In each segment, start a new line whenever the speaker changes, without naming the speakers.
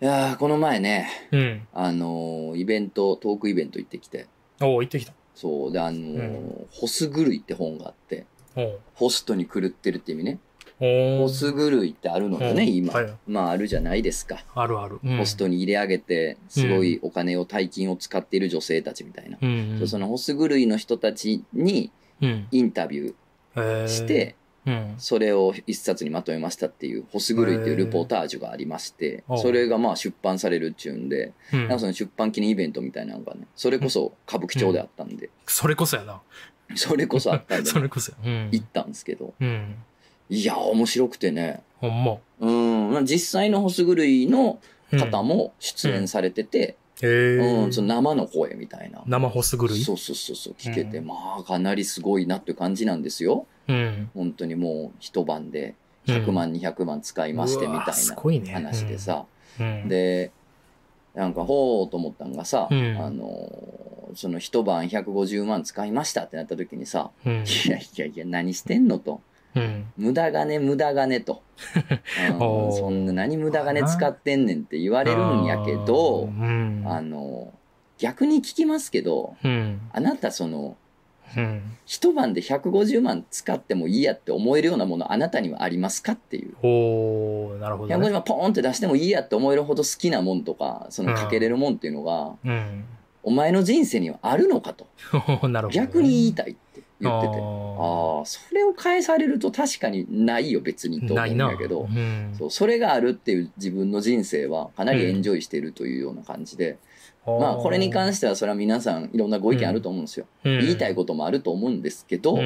いやーこの前ね、
うん。
あのーイベント、トークイベント行ってきて、
おお、行ってきた。
そう、で、あのーホス狂いって本があって、
おう
ホストに狂ってるって意味ね。
お
ホ
う
ス狂いってあるのよね、
うん
今。
はい
まあ、あるじゃないですか。
あるある。うん
ホストに入れ上げて、すごいお金を、大金を使っている女性たちみたいな。
うんう。
そうんそのホス狂いの人たちに
うん。
インタビュ
へー
ーして、、
うん。
それを一冊にまとめましたっていう、ホス狂いっていうルポータージュがありまして
へー、
それがまあ出版されるっちゅうんで、
うん
なんかその出版記念イベントみたいなのがね、それこそ歌舞伎町であったんで、
それこそやな。
それこそあったんで
そ、れこそや。うん。
行ったんですけど、
うん。
いや、面白くてね、
ほんま。
うん、まあ実際のホス狂いの
うん
方。も出演されてて、
へ
うん、
え
そ。の生の声みたいな。
生ホス狂い
そうそうそうそう、聞けて、
うん
まあ、かなりすごいなっていう感じなんですよ。
うん。
本当にもう一晩で
うん
100万、200万使いましてみ
うわ
た
ーす
い
ごいね。
な話でさ、
うん。で、
で、なんか、ほうと思ったんがさ、
うん
あのー、その一晩150万使いましたってなった時にさ、
うん。
いやいやいや、何してんのと。
うん。
無駄金、無駄金 と。うん、
おー
そんな何無駄金使ってんねんって言わ
あ
れるんやけ
ー
ど
う、ん。
あのー、逆に聞きますけど、
うん。
あなたその、
うん。
一晩で150万使ってもいいやって思えるようなものあなたにはありますかっていう。
おおなるほど
150
ね。
万ポーンって出してもいいやって思えるほど好きなもんとか、そのかけれるもんっていうのが、
うん。
お前の人生にはあるのかと。
なるほどね。
逆に言いたいって言ってて。ああ
あ
ー、それを返されると確かにないよ別に
ー
と思う
ない
ん
な。
だけど
う。ん
そうそれがあるっていう自分の人生はかなりエンジョイしているというような感じで、まあこれに関してはそれは皆さんいろんなご意見あると思うんですよ、言いたいこともあると思うんですけど、
と
ま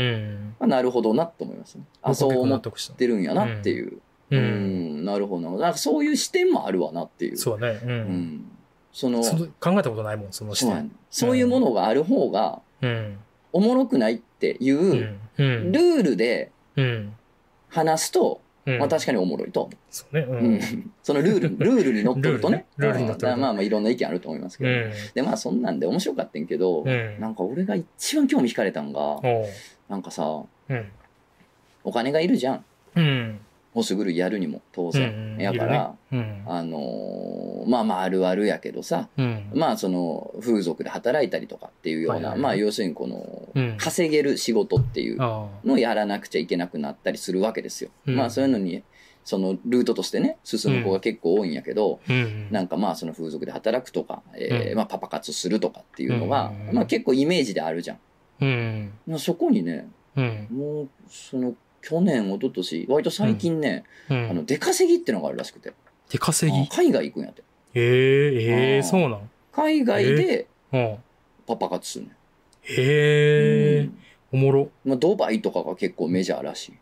あ、なるほどなと思いますねあそう思っ
得した。
てるんやなっていうう
う。
んんなるほどななんかそういう視点もあるわなっていう
そうね。う。
うんん、その
その考えたことないもん、その視
そうやね
点。
そういうものがある方が
うん。。
おもろくないっていううん
うん。
ルールで
うん。
話すと、
うん
まあ、確かにおもろいと思う
そうね。う。
うんん そのルール、ルールにのっとるとね。
ルールねルールにのっとると
うんまあまあいろんな意見あると思いますけ
う
ど。
ん。
で、まあそんなんで面白かったんやけど、
うん
なんか俺が一番興味惹かれたんが、
おう
なんかさ、
うん。
お金がいるじゃん。
うん。
ホスグルやるにも、当然。
うん
やから、
うん。
あのーまあまああるあるやけどさ、
うん。
まあその風俗で働いたりとかっていうよう
はい
な、
はいはい
まあ要するにこの、
うん
稼げる仕事っていう
ああ。
のをやらなくちゃいけなくなったりするわけですよ。
うん
まあそういうのに、そのルートとしてね、進む子が結構多いんやけど、
うん。
なんかまあその風俗で働くとか、えー
うん
まあパパ活するとかっていうのが、
うん
まあ結構イメージであるじゃん。
うん。
まあそこにね、
うん。
もうその去年、一昨年割と最近ね、
う
あの
ん。
出稼ぎってのがあるらしくて、
手稼
あ
ぎ
ー海外行くんやって。
ええ、え
あ
え、
あ
そうなの
海外で
うん。
パパ活するね。う
へえ
ん、
おもろ。
まあ、ドバイとかが結構メジャーらしい。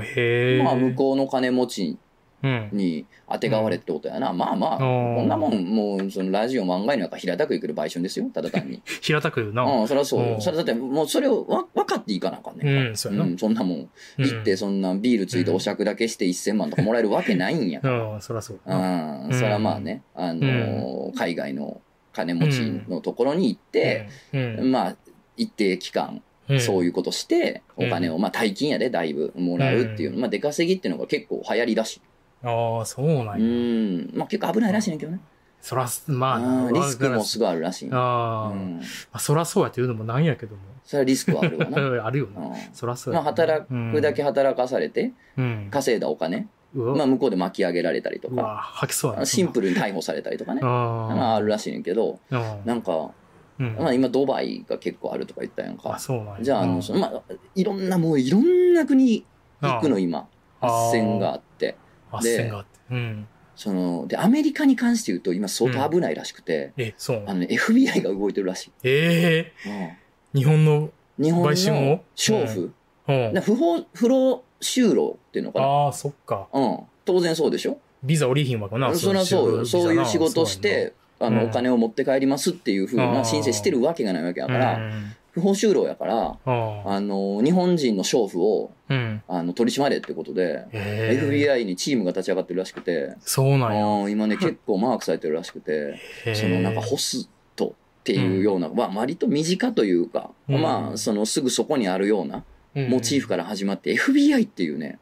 へえ。
まあ向こうの金持ち
うん。
に当てがわれってことやな。まあまあ、こんなもん、もうそのラジオ、漫画になんか平たくいける売春ですよ、ただ単に。
平たく言うな。
うん、それはそう
う
よ。
ん
それだってもうそれをわ分かっていかなあかんねんか
う
ら。
ん、そうやな。
うん、そんなもん。
うん
行って、そんなビールついてお酌だけして1000万とかもらえるわけないんやから。
うん、そらそうだな。
うん、
うん
そらまあね、あのー海外の金持ちのところに行って、
うん、
まあ、一定期間、
うん
そういうことして、お金
う
を、まあ、大金やで、だいぶもらうっていう、
う
まあ、出稼ぎっていうのが結構流行りだしい。
ああ、そうな
うん
や。
ん、まあ、結構危ないらしいねんけどね。
そら、まあ
う
な、
んリスクもす
ごい。
ごいあるらしい。うん、
あーまあ、そらそうやって言うのもなんやけども。
それはリスクはあるわ な。
あるよ
う
な。
ん
そらそう
ま
や。
あ、働くだけ働かされて、
うん。
稼いだお金、
う
まあ、
わ、
向こうで巻き上げられたりと
う
か、
わ吐きそうやな。
シンプルに逮捕されたりとかね
ル。。
まあ、
あ
あるらしいねんけど、
あ。うん
なんか、
うん
まあ今ドバイが結構あるとか言ったやん
あ、
か。
そうなんや。
じゃあ、あ
う
の、
ん
そのまあ、いろんな、もういろんな国行くの今、
あー
斡旋があって。
あ線があって。うん。
その、で、アメリカに関して言うと今相当危ないらしくて、
え、そうな
あの
ん
ね、FBI が動いてるらしい。
ええ、
うん
日本の、
日本
買収
の
を
娼婦、
うん
な。不法、不労就労っていうのかな。
ああ、そっか。
うん。当然そうでしょ
ビザ降りひんわかな。
そりゃそうよ。そういう仕事し、て、あの、
う
お
ん
金を持って帰りますっていうふう
あ
な
ー
申請してるわけがないわけだ
だ
から、
うん。
不法就労やから、
あ
あの、日本人の娼婦を、
あ。うん。
あの、取り締まれってことで、
ええ。
FBI にチームが立ち上がってるらしくて、
そうなんや。
うん今ね、結構マークされてるらしくて、
へー
そのなんかホストっていうような、まあ割と身近というか、
うん
まあそのすぐそこにあるような、
うん
モチーフから始まって FBI っていうね、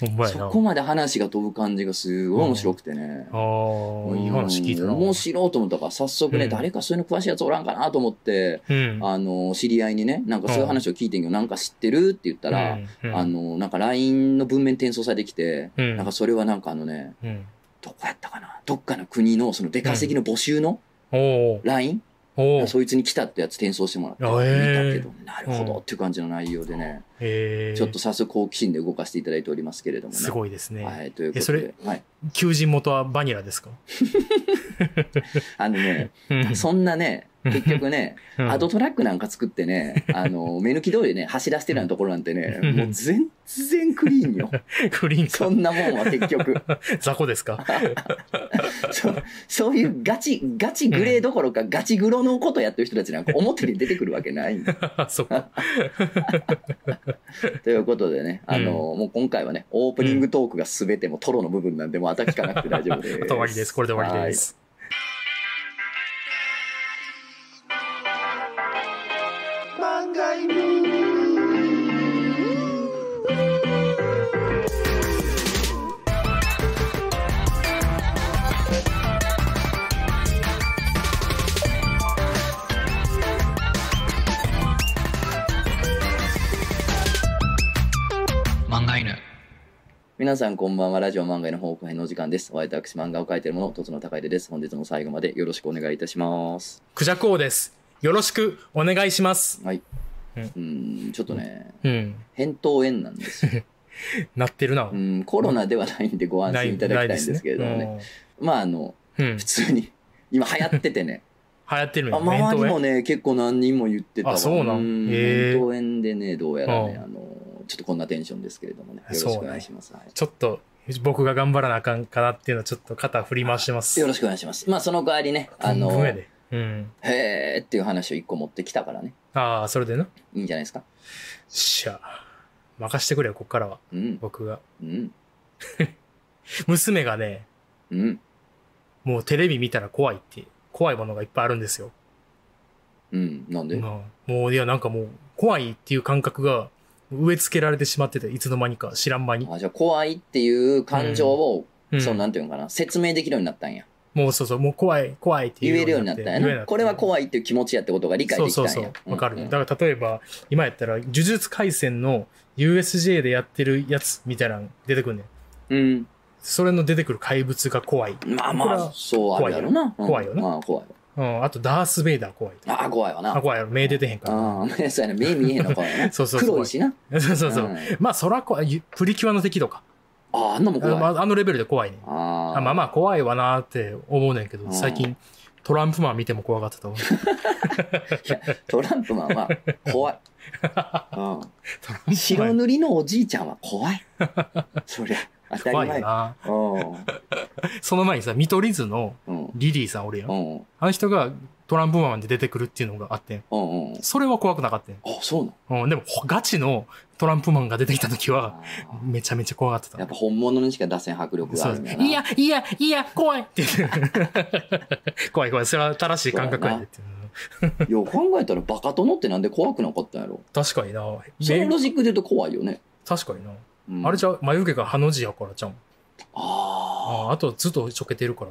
ほんま やな。
そこまで話が飛ぶ感じがすごい面白くてね。
ああ、いい話聞いた
うん
な。
面白いと思ったから、早速ね、
うん
誰かそういうの詳しいやつおらんかなと思って、
うん。
あの、知り合いにね、なんかそういう話を聞いてんけど、なんか知ってるって言ったら、
うん、
あの、なんか LINE の文面転送されてきて、
うん、
なんかそれはなんかあのね、
うん、
どこやったかなどっかの国のその出稼ぎの募集の
おお
LINE、
おお
そいつに来たってやつ転送してもらって、
あへー
見たけど、なるほどっていう感じの内容でね、
えー、
ちょっと早速好奇心で動かしていただいておりますけれどもね。
すごいですね。
はい、というこ
え
と
そ
で
れ、
はい、
求人元はバニラですか
あのね、
うん
そんなね、結局ね、
うん
アドトラックなんか作って ね、あの、目抜き通りでね、走らせてるようなところなんてね、もう全然クリーンよ。
クリーン
そ
か
んなもんは結局。
雑魚ですか
そそういうガチ、ガチグレーどころか、ガチグロのことやってる人たちなんか表に出てくるわけないんだ
そっか。
ということでね、あの、もう今回はね、オープニングトークが全てもうトロの部分なんで、もうあた聞かなくて大丈夫で
あ
す。
と終わりです。これで終わりです。
皆さんこんばんは。ラジオ漫画への報告編のお時間です。お相手は私漫画を描いているもの、とつの高いです。本日も最後までよろしくお願いいたします。
クジャク王です。よろしくお願いします。
はい。う
うん
ん、ちょっとね、
うん。
扁桃炎なんです よ。
なってるな
う。ん、コロナではないんでご安心いただきたいんですけれどもね。まあ、あの、
うん。うん
普通に、今流行ってて ね。
流行ってるん
あ
や。
周り
弁
もね結構何人も言ってたわ
あそうなん
ん
へー
弁当園でねどうやらね
うん
あのちょっとこんなテンションですけれどもねよろしくお願いします、はい
ちょっと僕が頑張らなあかんかなっていうのはちょっと肩振り回してます。
よろしくお願いしますまあその代わりねあ
あ
の
の。
へ
で。うん。
えっていう話を一個持ってきたからね
ああ、それでな。
いいんじゃないですか
しゃあ。任してくれよ、こっからは。
うん
僕が。
うん
娘がね、
うん
もうテレビ見たら怖いって、怖いものがいっぱいあるんですよ。
うんなんで、
うんもう、いや、なんかもう、怖いっていう感覚が植え付けられてしまってて、いつの間にか知らん間に。
あじゃあ怖いっていう感情を、
うん
そうなんていうのかな説明できるようになったんや
もうそうそう、もう怖い、怖いって
言
言
えるようになったんやなこれは
い。
怖いっていう気持ちやってことが理解
そ
で
う
きたん
そう
や
そう。わか
うんう
る。
ん
だから例えば、今やったら、呪術廻戦の USJ でやってるやつみたいなの出てくるねん。
うん
それの出てくる怪物が怖い。
まあ
こ
ま
れ
あ
は
そうあるやろな
怖いよ
うん
な
まあ怖いわ
うん、あと、ダース・ベイダー怖い。
ああ怖いわな
あ、怖いやろ。目出てへんから。
ああ、そうやな、目見えへんのかやな。
そうそう
黒いしな。。
そうそうそううんまあ、そら怖い。プリキュアの敵とか。
ああ、あんなもん
あ
怖い。あ
のあのレベルで怖いねん。
あ
あまあまあ怖いわなーって思うねんけ
う
ど、
ん
最近トランプマン見ても怖かったと 思う。
トランプマンは怖い。 う
トラン
ん、
プマ
白
ン
塗りのおじいちゃんは怖い。そりゃ、当たり
怖いよ
前。
な。
う
その前にさ、見取り図の
ん。うん。
リリーさんおるや。
うんん。
あの人がトランプマンで出てくるっていうのがあってん。
うん。うん。
それは怖くなかったん
あ、そうなの
うん、でもほガチのトランプマンが出てきた時は
あ
めちゃめちゃ怖かって。
ーやったぱ本物にしか出せん迫力が
そ
あ
う
るん
で
や
す。
な。
いや、いや、いや、怖いって 言って。怖い怖い。それは正しい感覚やでっていう。
よう考えたらバカ殿ってなんで怖くなかったんやろ。
確かにな。
その
え
ロジックで言うと怖いよね。
確かにな。
うん
あれじゃう眉毛がハの字やからじゃん。
ああ。
ああ、あとずっとちょけてるから。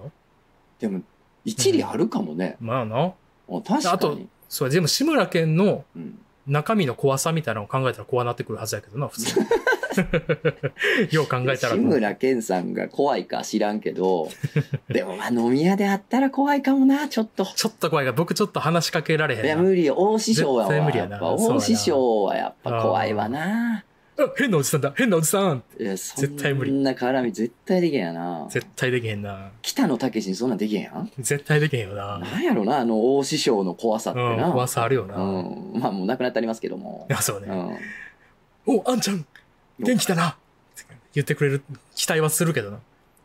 でも、一理あるかもね。
まあな。
あ確か
あと
に。
そうや、でも志村けんの
うん。
中身の怖さみたいなのを考えたら怖なってくるはずやけどな、普 通に。よう考えたら。
志村けんさんが怖いか知らんけ ど、でもまあ飲み屋であったら怖いかもな、ちょっと。
ちょっと怖いが、僕ちょっと話しかけられへ
いや、
んな。
無理よ。大師匠は
絶対無理
や
や
っ
な
ぱ、
そうやな
大師匠はやっぱ怖いわな。
あ変なおじさんだ変なおじさん
いや、そ
絶対無理
んな絡み絶対できへんやな。
絶対できへんな。
北野武にそんなんできへんやん。
絶対できへんよな。
なんやろな、あの大師匠の怖さって
うん、
な。
怖さあるよな。
うん。まあもう亡くなってありますけども。
あ、そう
う
ね。
ん。
お、あんちゃん元気だな言ってくれる期待はするけどな。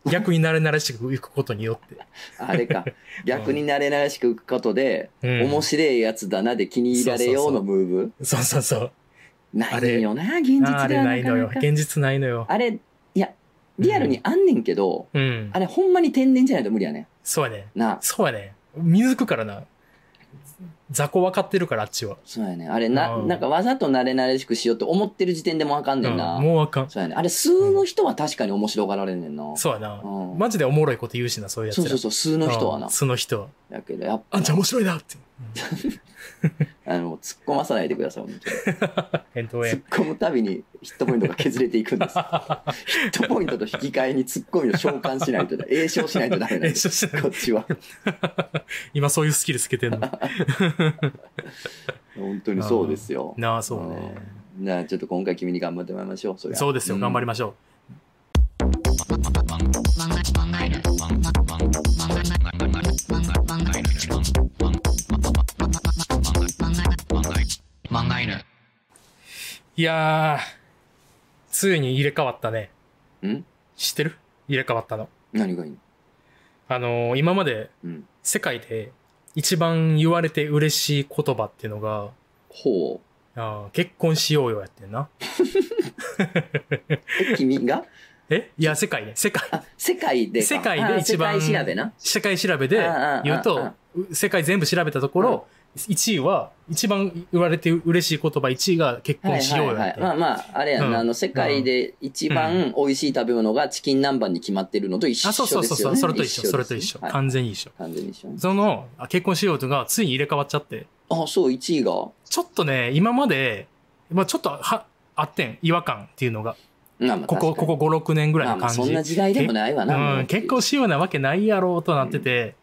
逆に慣れ慣れしく行くことによって。
あれ か。逆に慣れ慣れしくいくことで、
うん
面白いやつだなで気に入られようのムーブ。
そうそうそう。
ないんよな、現実で
ああ
はな
れ
か
ないのよ
な。か
現実ないのよ。
あれ、いや、リアルにあんねんけど、
うん
あ。れほんまに天然じゃないと無理やね
そうやね。
ん。なあ。
そうやね。見抜くからな。雑魚分かってるから、あっちは。
そうやね。あれな、
うん
なんかわざと慣れ慣れしくしようって思ってる時点でもうあかんねんな。
うんもうあかん。
そうやね。あれ、数の人は確かに面白がられんねんな。
そうやな。
うん
マジでおもろいこと言うしな、そういうやつ
そう
ら。
そうそう、数の人は
う。
なん
その人は。
だけど、やっぱ
あんちゃん面白いなって。
あの、突っ込まさないでください、本当に
エントエ
突っ込むたびにヒットポイントが削れていくんです。ヒットポイントと引き換えに突っ込みを召喚しないとだ、 栄称しないとダメなんです。
してない
こっちは。
今そういうスキルつけてんの。
本当にそうですよ。
なあ、そうね。
なあちょっと今回君に頑張ってもらいましょう。そりゃ
そうですよ、頑張りましょう。いやー、ついに入れ替わったね。
ん
知ってる入れ替わったの。
うん。何がいいの
あのー今まで
うん。
世界で一番言われて嬉しい言葉っていうのが、
ほう。
あー結婚しようよやってんな。
え、君が
えいや、世界ね。世界。
あ、世界でか。
世界で一番
あ世界調べな。
世界調べで言う
うんうん
と、う世界全部調べたところ、1位は、一番言われて嬉しい言葉1位が結婚しようよ
はいはい
っ
はい、まあ
て。
まあ、あれやんな、
うん
あの、世界で一番美味しい食べ物がチキン南蛮に決まってるのと一緒
あ、
です
そ
よ
う
ね。
そうそうそう、それと一緒、
です
それと一緒。
はい
完全に一緒。
完全に一緒ね。
その、あ結婚しようとがついに入れ替わっちゃって、
あ、そう、1位が。
ちょっとね、今まで、まあちょっとは、あってん、違和感っていうのが、
まあまあ
ここ、ここ5、6年ぐ
ぐ
らいの感じ。
そんな時代でもないわな。も
うん、結婚しようなわけないやろうとなってて、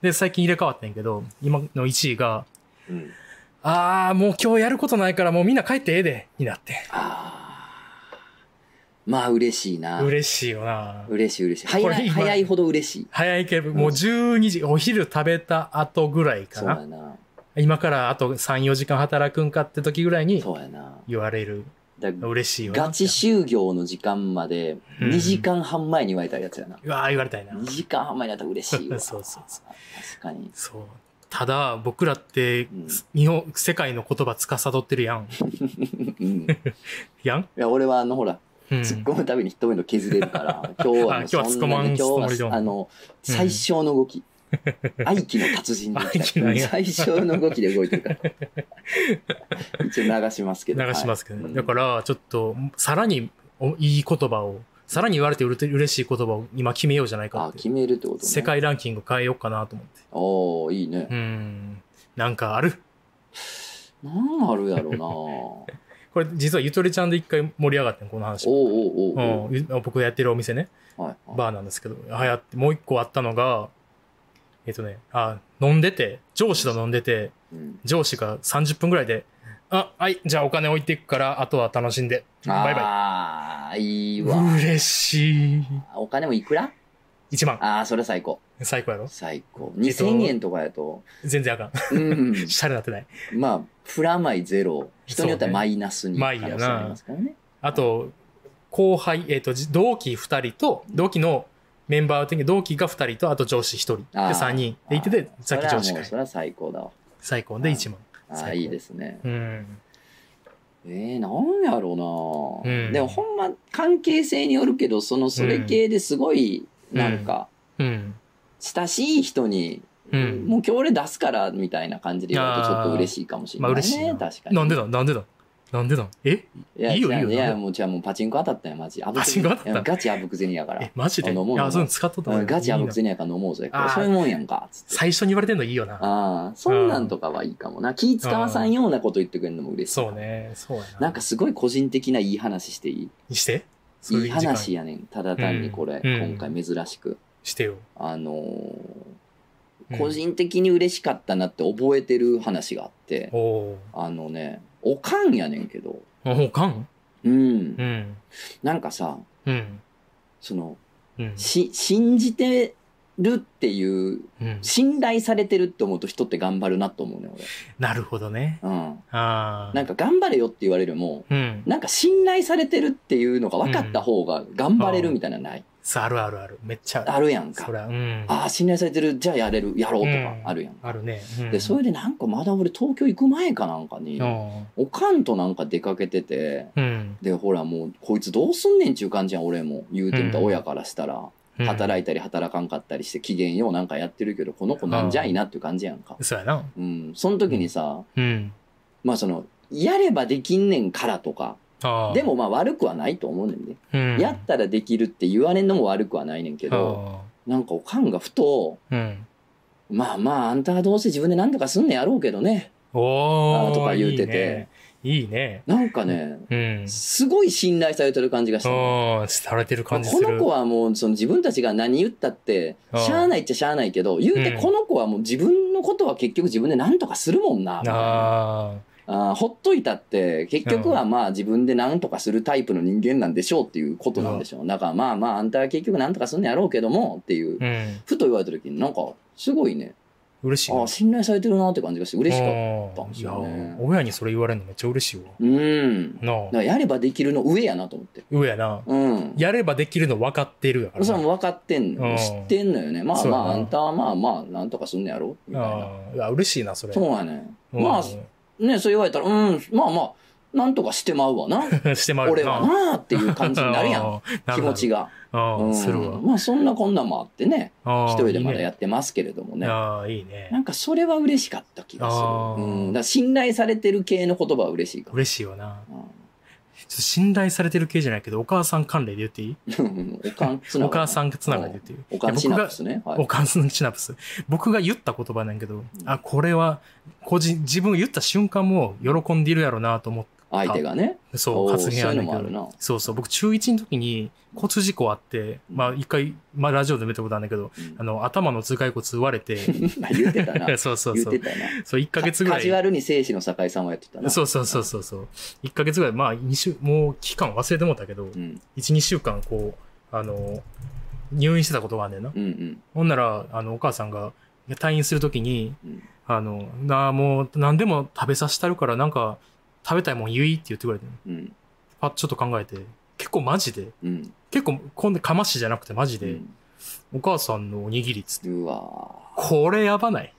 で、最近入れ替わってんけど、今の1位が、
うん
あー、もう今日やることないからもうみんな帰ってええで、になって。
ああ。まあ、嬉しいな。
嬉しいよな
嬉しい、嬉しい。
こ
早
れ
い、
今
早いほど嬉しい。
早いけど、
ん
もう12時、お昼食べた後ぐらいか
そうや
な。
な。
今からあと3、4時間働くんかって時ぐらいに
そうやな。
言われる。
だ
嬉しいよな。
ガチ就業の時間まで、
うん
2時間半前に言われたやつやな。
うわー、言われたいな。
2時間半前になったら嬉 しいわ。
そうそうそう
確かに。
そう。ただ、僕らって
うん、
日本、世界の言葉司ってるやん。
うんい
やん
や、俺はあの、ほら、
うん。
突っ込むたびにヒットポイント削れる から、今日は
あ
も
今
う
日は
そんな
突っ込まん
に今日は
つもりでも
あの、最小の動き。愛機の達人でいきた
愛
い
機なんや
最小の動きで動いてる から。一応流しますけど。
流しますけど、
はい
だからちょっとさらにおいい言葉をさらに言われてうれ嬉しい言葉を今決めようじゃないか
あ、
っ
決
て
めるってことね。
世。界ランキング変えようかなと思って
おー、いいね。
うんなんかある
なんあるやろ うなおー
これ実はゆとりちゃんで一回盛り上がってんこの話
おーおー
う
お
んゆ僕がやってるお店ね
ーはい。
バーなんですけど流行ってもう一個あったのがえっとねあ飲んでて上司と飲んでて
うん
上司が30分ぐらいで「あはいじゃあお金置いていくからあとは楽しんでバイバ
あー、い
イ」
い わ。
嬉しい
お金もいくら
1万
あー、それ最高。
最高やろ
最高。
えっと
2000円とかやと、
全然あかん。
うん。
シャレなってない。
まあ、プラマイゼロ。人によってはマイナスに
そうねマイやな
可能性ありますからね。
あと、後輩、えっ、と、じ同期2人と、同期のメンバー的に同期が2人と、あと上司1人。で、
あー
3人。で、いてて、さっき上司
それはもうそ
会。
れは最高だわ。
最高で1万。
あ
最
ー
高
いいですね。
うん。
えー、なんやろうな、
うん
でもほんま関係性によるけど、そのそれ系ですごい、
うん
なんか、
うん。
親しい人に、
うん
もう今日俺出すからみたいな感じで言われるとちょっと嬉しいかもしれな
まあ
い
嬉しい
ね。
な。
確かに。
なんでだなんでだなんでだえ
いや
いいよいいよ
違うい
なん
や、
で
もうじゃあもうパチンコ当たったよ、マジ。あぶく銭
パチンコ当たった
いやガチあぶく銭やから
え、。マジで
あ
あ、
飲もう飲もう
そういうの使っとったの
うんガチあぶく
いいな
銭やから飲もうぜ。こ
あ
れ
ー
そういうもんやんか。つって。
最初に言われてんのいいよな。
ああ、そんなんとかはいいかもな。気使わさんようなこと言ってくれるのも嬉しい。
そう。ね。そうやな。
なんかすごい個人的ないい話していい
にしてそう
いい
い
う
時間
話やねん。ただ単にこれ、
うんうん
今回珍しく。
してよ。
あのー
うん
個人的に嬉しかったなって覚えてる話があって、
おー
あのね、おかんやねんけど、
あ、もうかん
うん
う。ん。
なんかさ、
うん。
その、
うん。
し、信じてるっていう、
うん。
信頼されてるって思うと人って頑張るなと思うね、
なるほどね。
俺。うん。
ああ。
なんか頑張れよって言われるも、
うん。
なんか信頼されてるっていうのが分かった方が頑張れるみたいなのない、
そうあるあるある。めっちゃある。
あるやん
そ
か。
りゃ、うん。
ああ、信頼されてる、じゃあやれる、やろうとか
うん
あるやん。
あるね。うん
で、それでなんかまだ俺東京行く前かなんかに、
うん。
おかんとなんか出かけてて、
うん。
で、ほらもう、こいつどうすんねんちゅう感じやん、俺も。言うてみた
うん
親からしたら。
うん
働いたり働かんかったりして機嫌ようなんかやってるけど、この子なんじゃいなっていう感じやんか。
そうやな。
うん。その時にさ、
うん。
まあその、やればできんねんからとか、
ああ。
でもまあ悪くはないと思うねんね。
うん、
やったらできるって言われんのも悪くはないねんけど、
あ
なんかおかんがふと、
あうん。
まあまああんたはどうせ自分で何とかすんねやろうけどね、
お
あ
ー
ーとか言うてて
いいね。
なんかね、
いいね
すごい信頼されてる感じがし
う
たの。
ん。うん。されてる
まあ
感じ
こ
する。
の子はもうその自分たちが何言ったって
あ
しゃあないっちゃしゃあないけど言うて
うん
この子はもう自分のことは結局自分で何とかするもんなみたいな
あ
あーほっといたって結局はまあ自分で何とかするタイプの人間なんでしょうっていうことなんでしょうだからまあまああんたは結局何とかすんのやろうけどもっていう
あ。うん。
ふと言われた時になんかすごいね
嬉しい
あ
な。
ー信頼されてるなって感じがして嬉しかった
た
んですよね
いや、親にそれ言われるのめっちゃ嬉しいわ。
うんだか
なあ。
らやればできるの上やなと思って
上やな。
うん
やればできるの分かってるやからな。
それはもう分かってんの
うん
よ知ってんのよねまあ
そう
ま
やな
ああんたはまあまあなんとかすんのやろみたいな
ああいや嬉しいな、それ。
そうやね
うん
まあねそう言われたらうんまあまあなんとかしてまうわな
して まうよ
俺はなあっていう感じになるやん
ああな
気
るな
持
る
ちが
あ
う
あ、
ん
するわ。
まあそんなこんなんもあってね
ああ
一人でまだ
いいね
やってますけれどもね
ああ、いいね
な。んかそれは嬉しかった気がす
あー
るうんだから信頼されてる系の言葉は嬉しいかも
嬉しいよな。
うん
ちょっと信頼されてる系じゃないけど、お母さん関連で言っていい
うんおかんつながり
お母さんつながりで言っていい
おかんシナプスね。は
お
い。
母さんシナプス。僕が言った言葉なんやけど、あ、これは、個人、自分言った瞬間も喜んでいるやろなと思って、
相手がね。
そう、
おー
発言あるん
そう
だ
い
け
うのもあ
ど
るな。
そうそう、僕中1の時に骨事故あって、まあ一回、まあラジオで見たことあるんだけど、
うん
あの、頭の頭蓋骨割れて、
言ってた な。
そうそう
言っ
そう
て。た な。
そう、1ヶ月ぐ
からカジュア
い。
ルに生死の境さんはやってたな。
そうそうそうそうそう。1ヶ月ぐらい、まあ二週、もう期間忘れてもうたけど、
う。ん。
1、2週間こう、あの、入院してたことがあんねんな。
うんうん。
ほんなら、あの、お母さんがいや退院するときに、
うん
あの、なあ、もう何でも食べさせたるから、なんか食べたいもん言いって言ってくれて、
うん。
パッちょっと考えて、結構マジで、
うん。
結構、こんでかましじゃなくてマジ
う
で、
ん
お母さんのおにぎりっつって、
うわ
これやばない。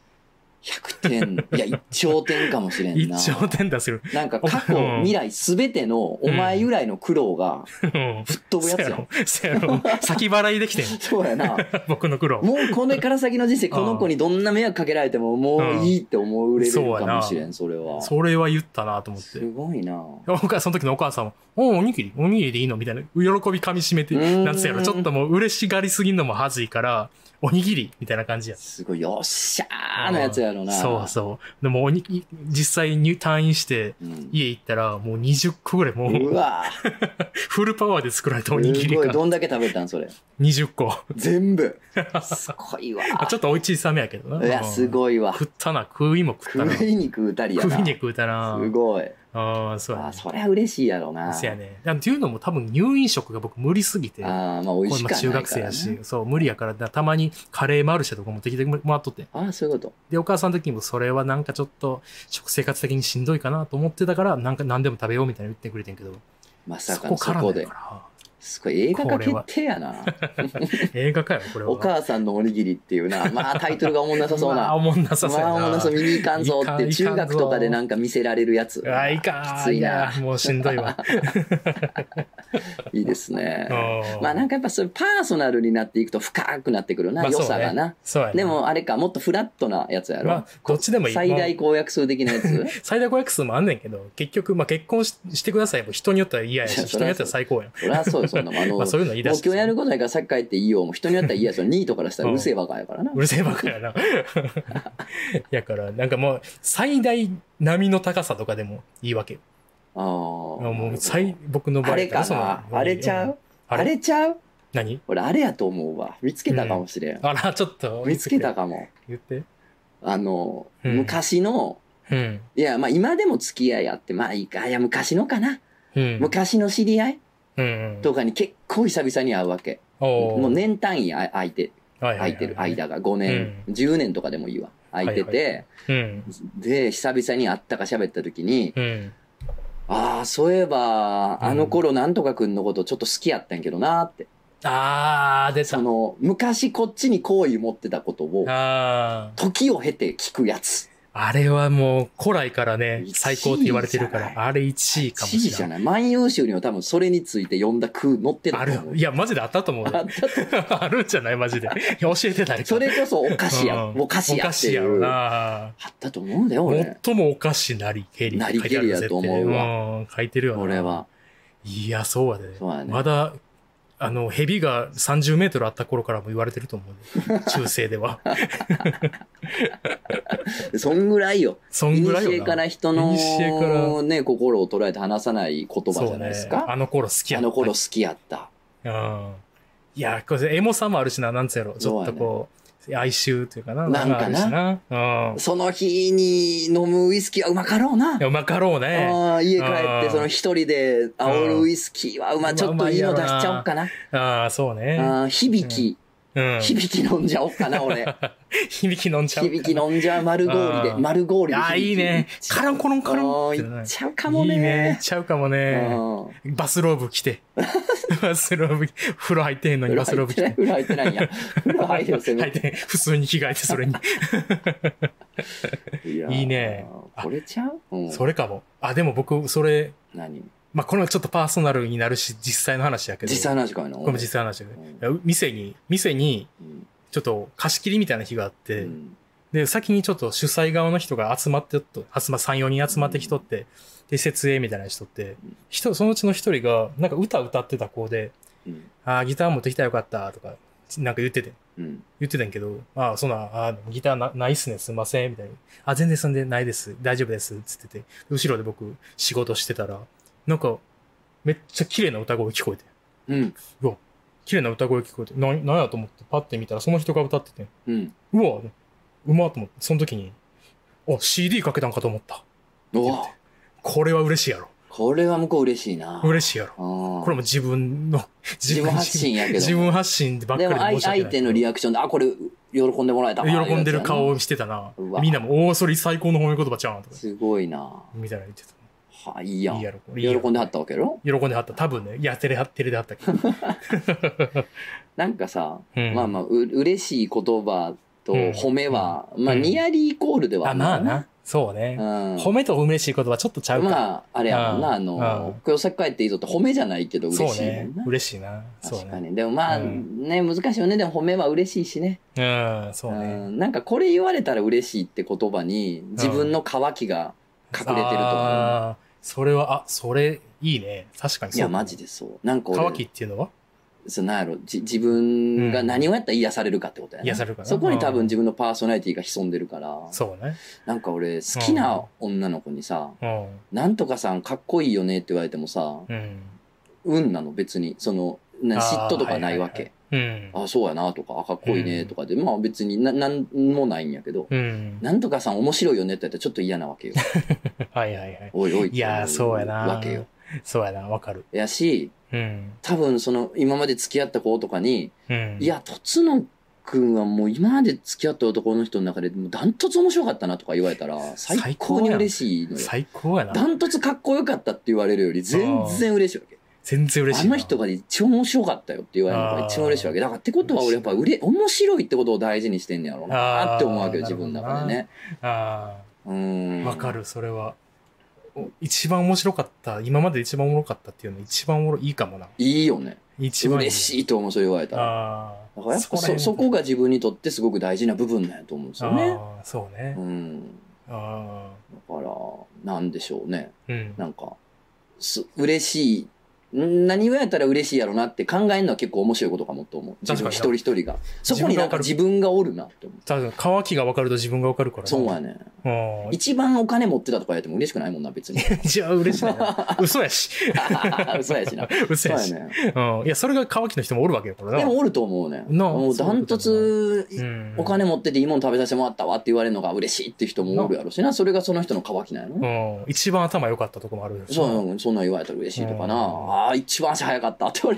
100点。いや、一兆点かもしれん
一
な。
兆点出せる。
なんか過去
うん、
未来、すべてのお前由来の苦労が
うん
吹っ飛ぶや
せ
つ
や
や
ろ
ん。。
せやろ。先払いできてん。
そうやな。
僕の苦労。
もうこれから先の人生、この子にどんな迷惑かけられても、もういいって思うレベルかもしれん、それは。
それは言ったなと思っ
す
て。
ごいな。
お母さん、その時のお母さんも、おおにぎり、おにぎりでいいのみたいな。喜び噛み締めて、
うーん
なんつうやろ。ちょっともう嬉しがりすぎんのもはずいから、おにぎりみたいな感じや。
すごい、よっしゃーのやつやろな。
そうそう。でもおにぎり、実際に退院して、
うん
家行ったら、もう20個ぐらい、も
う
う、
わ
フルパワーで作られたおにぎ
す
り
ごい
が、
どんだけ食べたんそれ
20個。
全部すごいわ
あちょっとおい小さめやけどな。
いやす
い。
ごいわ
食ったな。食いも食ったな。
食いに食うたりやな
食いに食うたな。
すごい
ああ、そうや
あ
ね。
そりゃ嬉しいやろな
そうやね。っていうのも多分入院食が僕無理すぎて、こ
あーまあ美
れ
味し
ま
か
あ中学生やし、そう、無理やから、だたまにカレーマルシェとか持ってきてもらっとって。
ああーそういうこと
で、お母さんの時にもそれはなんかちょっと食生活的にしんどいかなと思ってたから、なんか何でも食べようみたいなの言ってくれてんけど、
ま
そ
さか
こ
の
か
そ
ら
こ
だ
で
か
すごい映画化決定やな
ら、映画かよ、これは。
お母さんのおにぎりっていうなまあタイトルがおもんなさそう
まあ、
な
おもんなさそうや
ま
な。
あおもんなさ見に行かんぞって
いかんいかんぞ
中学とかでなんか見せられるやつ
ああ、いかん
きついな
やもうしんどい わ。
いいですね
うん
まあなんかやっぱそういうパーソナルになっていくと深くなってくるな、
まあ
良
そうね
さがな
そうやね
で、もあれか、もっとフラットなやつやろ。
まあ、どっちでもいい。
最大公約数的なやつ
最大公約数もあんねんけど、結局、まあ結婚ししてくださいも人によっては嫌や
い
し、
やそ
人に
り
よ
ゃ
っては最高やん。
そりゃそうよ、そんなもんあの、
まあそう
も
いうの言い出
う
して。
今日やることないからサッカー行っていいよ。もう人によってはいいやつ。ニートからしたらうるせえバカやからな
う。るせえばっかやな。 やから、なんかもう、最大波の高さとかでもいいわけよ。
ああ。
もう、最、僕の場合
あれか
その
な。あれちゃう
あ
あ
れ
れちゃう
何
俺、あれやと思うわ。見つけたかもしれん。
あら、ちょっと。
見つけたかも。
言って。
あの、
うん
昔の、
うん。
いや、まあ今でも付き合いあって、まあいいか。いや、昔のかな。
うん。
昔の知り合い
うん。
とかに結構久々に会うわけ。
おー
もう、年単位あ空いて、
空
空いてる。間が5年、
う
10年とかでもいいわ。空いて
はいは
て、
うん。
で、久々に会ったか喋った時に、
うん。
ああ、そういえば、
うん
あの頃なんとかくんのことちょっと好きやったんやけどなーって。
あー、出た
そ。の、昔こっちに好意持ってたことを、
あー。
時を経て聞くやつ。
ああれはもう古来からね、最高って言われてるか
一位じゃ
ら、あれ1位かも
知事
し
じ
れ
ゃ
ない。
ない万葉集には多分それについて読んだ句載ってた
あ
と思う
る。いや、マジであったと思うよ。
あったと
あるんじゃないマジで。いや教えて誰か。
それこそお菓子や、
うん
お菓子やってい
ろ
う。あ
な。
ったと思うんだよ、俺。
最もお菓子なりけり。
なりけり
書いてあるよ
やと思うわ。
絶対ん書いてるよな。
俺は。。
いや、そうやで。
そうやね
まだ、あの、蛇が30メートルあった頃からも言われてると思 うね。中世では。
そんぐらいよ。
そんぐらいよな。
古から人
古から
のね、心を捉えて話さない言葉じゃないです
そうねあ
か。
の頃好きや
あ
った
の頃好きやった。
うんいや、これ、エモさもあるしな、なんつうやろ。ちょっとこう、哀愁というかな。
なんかな
あるしな。うん。い
その日に飲むウイスキーはうまかろうな。
やうまかろうね。
ああ家帰っ
う
て
ん
その一人で煽るウイスキーはうま
うん
ちょっといいの出しちゃおうかな。
ああ、そうね。
ああ響き、
うん。
響き飲んじゃおうかな俺。
響き飲んちゃう。
響き飲んじゃう丸氷で
うん
丸氷で。
ああ、いいね。カランコロン
あ
カロンって
い
な
っちゃうかもね。
いいね。いっちゃうかもね。
うん
バスローブ 着て。バスローブ着、風呂入ってへんのにバスローブ着て。
風呂入ってない 風呂入ってないんや。風呂入るよ、せ
入っ
め
て、普通に着替えて、そ れに。
て。いや
いいね。
これちゃううん。
それかも。あ、でも僕、それ、
何
まあ、これはちょっとパーソナルになるし、実際の話やけど。
実際の話かいな。
これも実際の話だけど
うん
いやう店に、店に、
うん
ちょっと貸し切りみたいな日があって、
うん
で、先にちょっと主催側の人が集まってっと、集ま、3、4人集まってきとって、で、設営みたいな人って
うん、
人、そのうちの一人が、なんか歌歌ってた子で、
うん
あーギター持ってきたらよかった、とか、なんか言ってて、
うん
言ってたんやけど、ああ、そんな、あーギターなないっすね、すいません、みたいな。あ、全然済んでないです、大丈夫です、つってて、後ろで僕、仕事してたら、なんか、めっちゃ綺麗な歌声聞こえて。
うん
綺麗な歌声聞こえて、な、なんやと思って、パッて見たら、その人が歌ってて、
うん
うわ、うまっと思って、その時に、あ、CD かけたんかと思った。
おわ
これは嬉しいやろ。
これは向こう嬉しいな。
嬉しいやろ。こ
こ
れも自分の、
自分発信やけど。
自分発信ばっ
で
か
も
りで
相
申し訳
相
ない。
手のリアクションで、あ、これ喜んでもらえたわ
喜んでる顔。
いうやつや
をしてたな。
うわ
みんなも、おお、それ最高の褒め言葉ちゃうんと
な
か、
すごいな。
みたいな言ってた。
はい、いいやん。
いいやろ、。
喜んではったたわけやろ
喜んではった。多分ね、いや、テレは、テレでは ったけど。
なんかさ、
うん
まあまあ、う嬉しい言葉と
うん
褒めは、
ん
まあ、
うん
ニアリーイコールでは
あ、
るよ
まあな。そうね。
うん
褒めと嬉しい言葉ちょっとちゃうか。
まあ、あれやもんな、あ
うん
の、今日さっき帰っていいぞって褒めじゃないけど嬉
そう
しいも
ね
んな。。
嬉しいな。そう
確か
ね。
に。でもまあ、
うん
ね、難しいよね。でも褒めは嬉しいしね。
うん、そう
う
ね。
んなんかこれ言われたら嬉しいって言葉に、自分の渇きが隠れてると思う。
あーそれは、あ、それ、いいね。確かに
い
そう。
や、マジでそう。なんか
乾き
俺、
っていうのは
そのなんやろ、じ自分が何をやったら癒されるかってことやね。
癒されるかな
そこに多分自分のパーソナリティが潜んでるから、
そうね。
なんか俺、好きな女の子にさ、
うん。
なんとかさんかっこいいよねって言われてもさ、
うん。
運なの別に。その、な嫉妬とかないわけ。
うん。
あそうやなとかあかっこいいねとかで、まあ別にななんもないんやけど、
うん。
なんとかさん面白いよねって言ったらちょっと嫌なわ けよ
はいはいはい。
おいおいって
いやー、そうやな。
わけよ。
そうやな、わかる。
やし
うん。
多分その今まで付き合った子とかに、
うん。
いやとつのくんはもう今まで付き合った男の人の中でもうダントツ面白かったなとか言われたら最高に嬉しいのよ
最高や
ダ
な。
ントツかっこよかったって言われるより全然嬉しいわけ
全然嬉し
あ
いな。
の人が一番面白かったよって言われるのが一番嬉しいわけ。だからってことは俺やっぱうれ面白いってことを大事にしてんねやろう
あ
な
ー
って思うわけよ、自分の中でね。
あ
う
あ、
ん。
わか。る、それは。お一番面白かった、今まで一番おもろかったっていうの一番おもろいいかもな。
いいよね。
一番
嬉し
い。
いと思う、そう言われたら。
ああ。
だからやっぱそそこが自分にとってすごく大事な部分なんやと思うんですよね。
ああ、そうね
う。ん。
あ
だから、なんでしょうね。
あ。うん。
なんか、す嬉しい。ん何をやったら嬉しいやろなって考えるのは結構面白いことかもと思う。自分一
確か
人一人が。そこになんか自分がおるなって思う。
ただ、乾きが分かると自分が分かるからね。
そうやね。
うん。
一番お金持ってたとかやっても嬉しくないもんな、 別に。
一番嬉し いな。嘘やし。
嘘やしな。
嘘
そう
や
や
し。
ね。
うん。いや、それが乾きの人もおるわけよ、これな
でもおると思うね。
なあ
もうダントツ、
うん。
お金持ってていいもの食べさせてもらったわって言われるのが嬉しいって人もおるやろしな。それがその人の渇きなんやろ。
うん。一番頭良かったとこもあるよ
そううん、そんなん言われたら嬉しいとかな。
うん
ああ、一番足早かったって言わ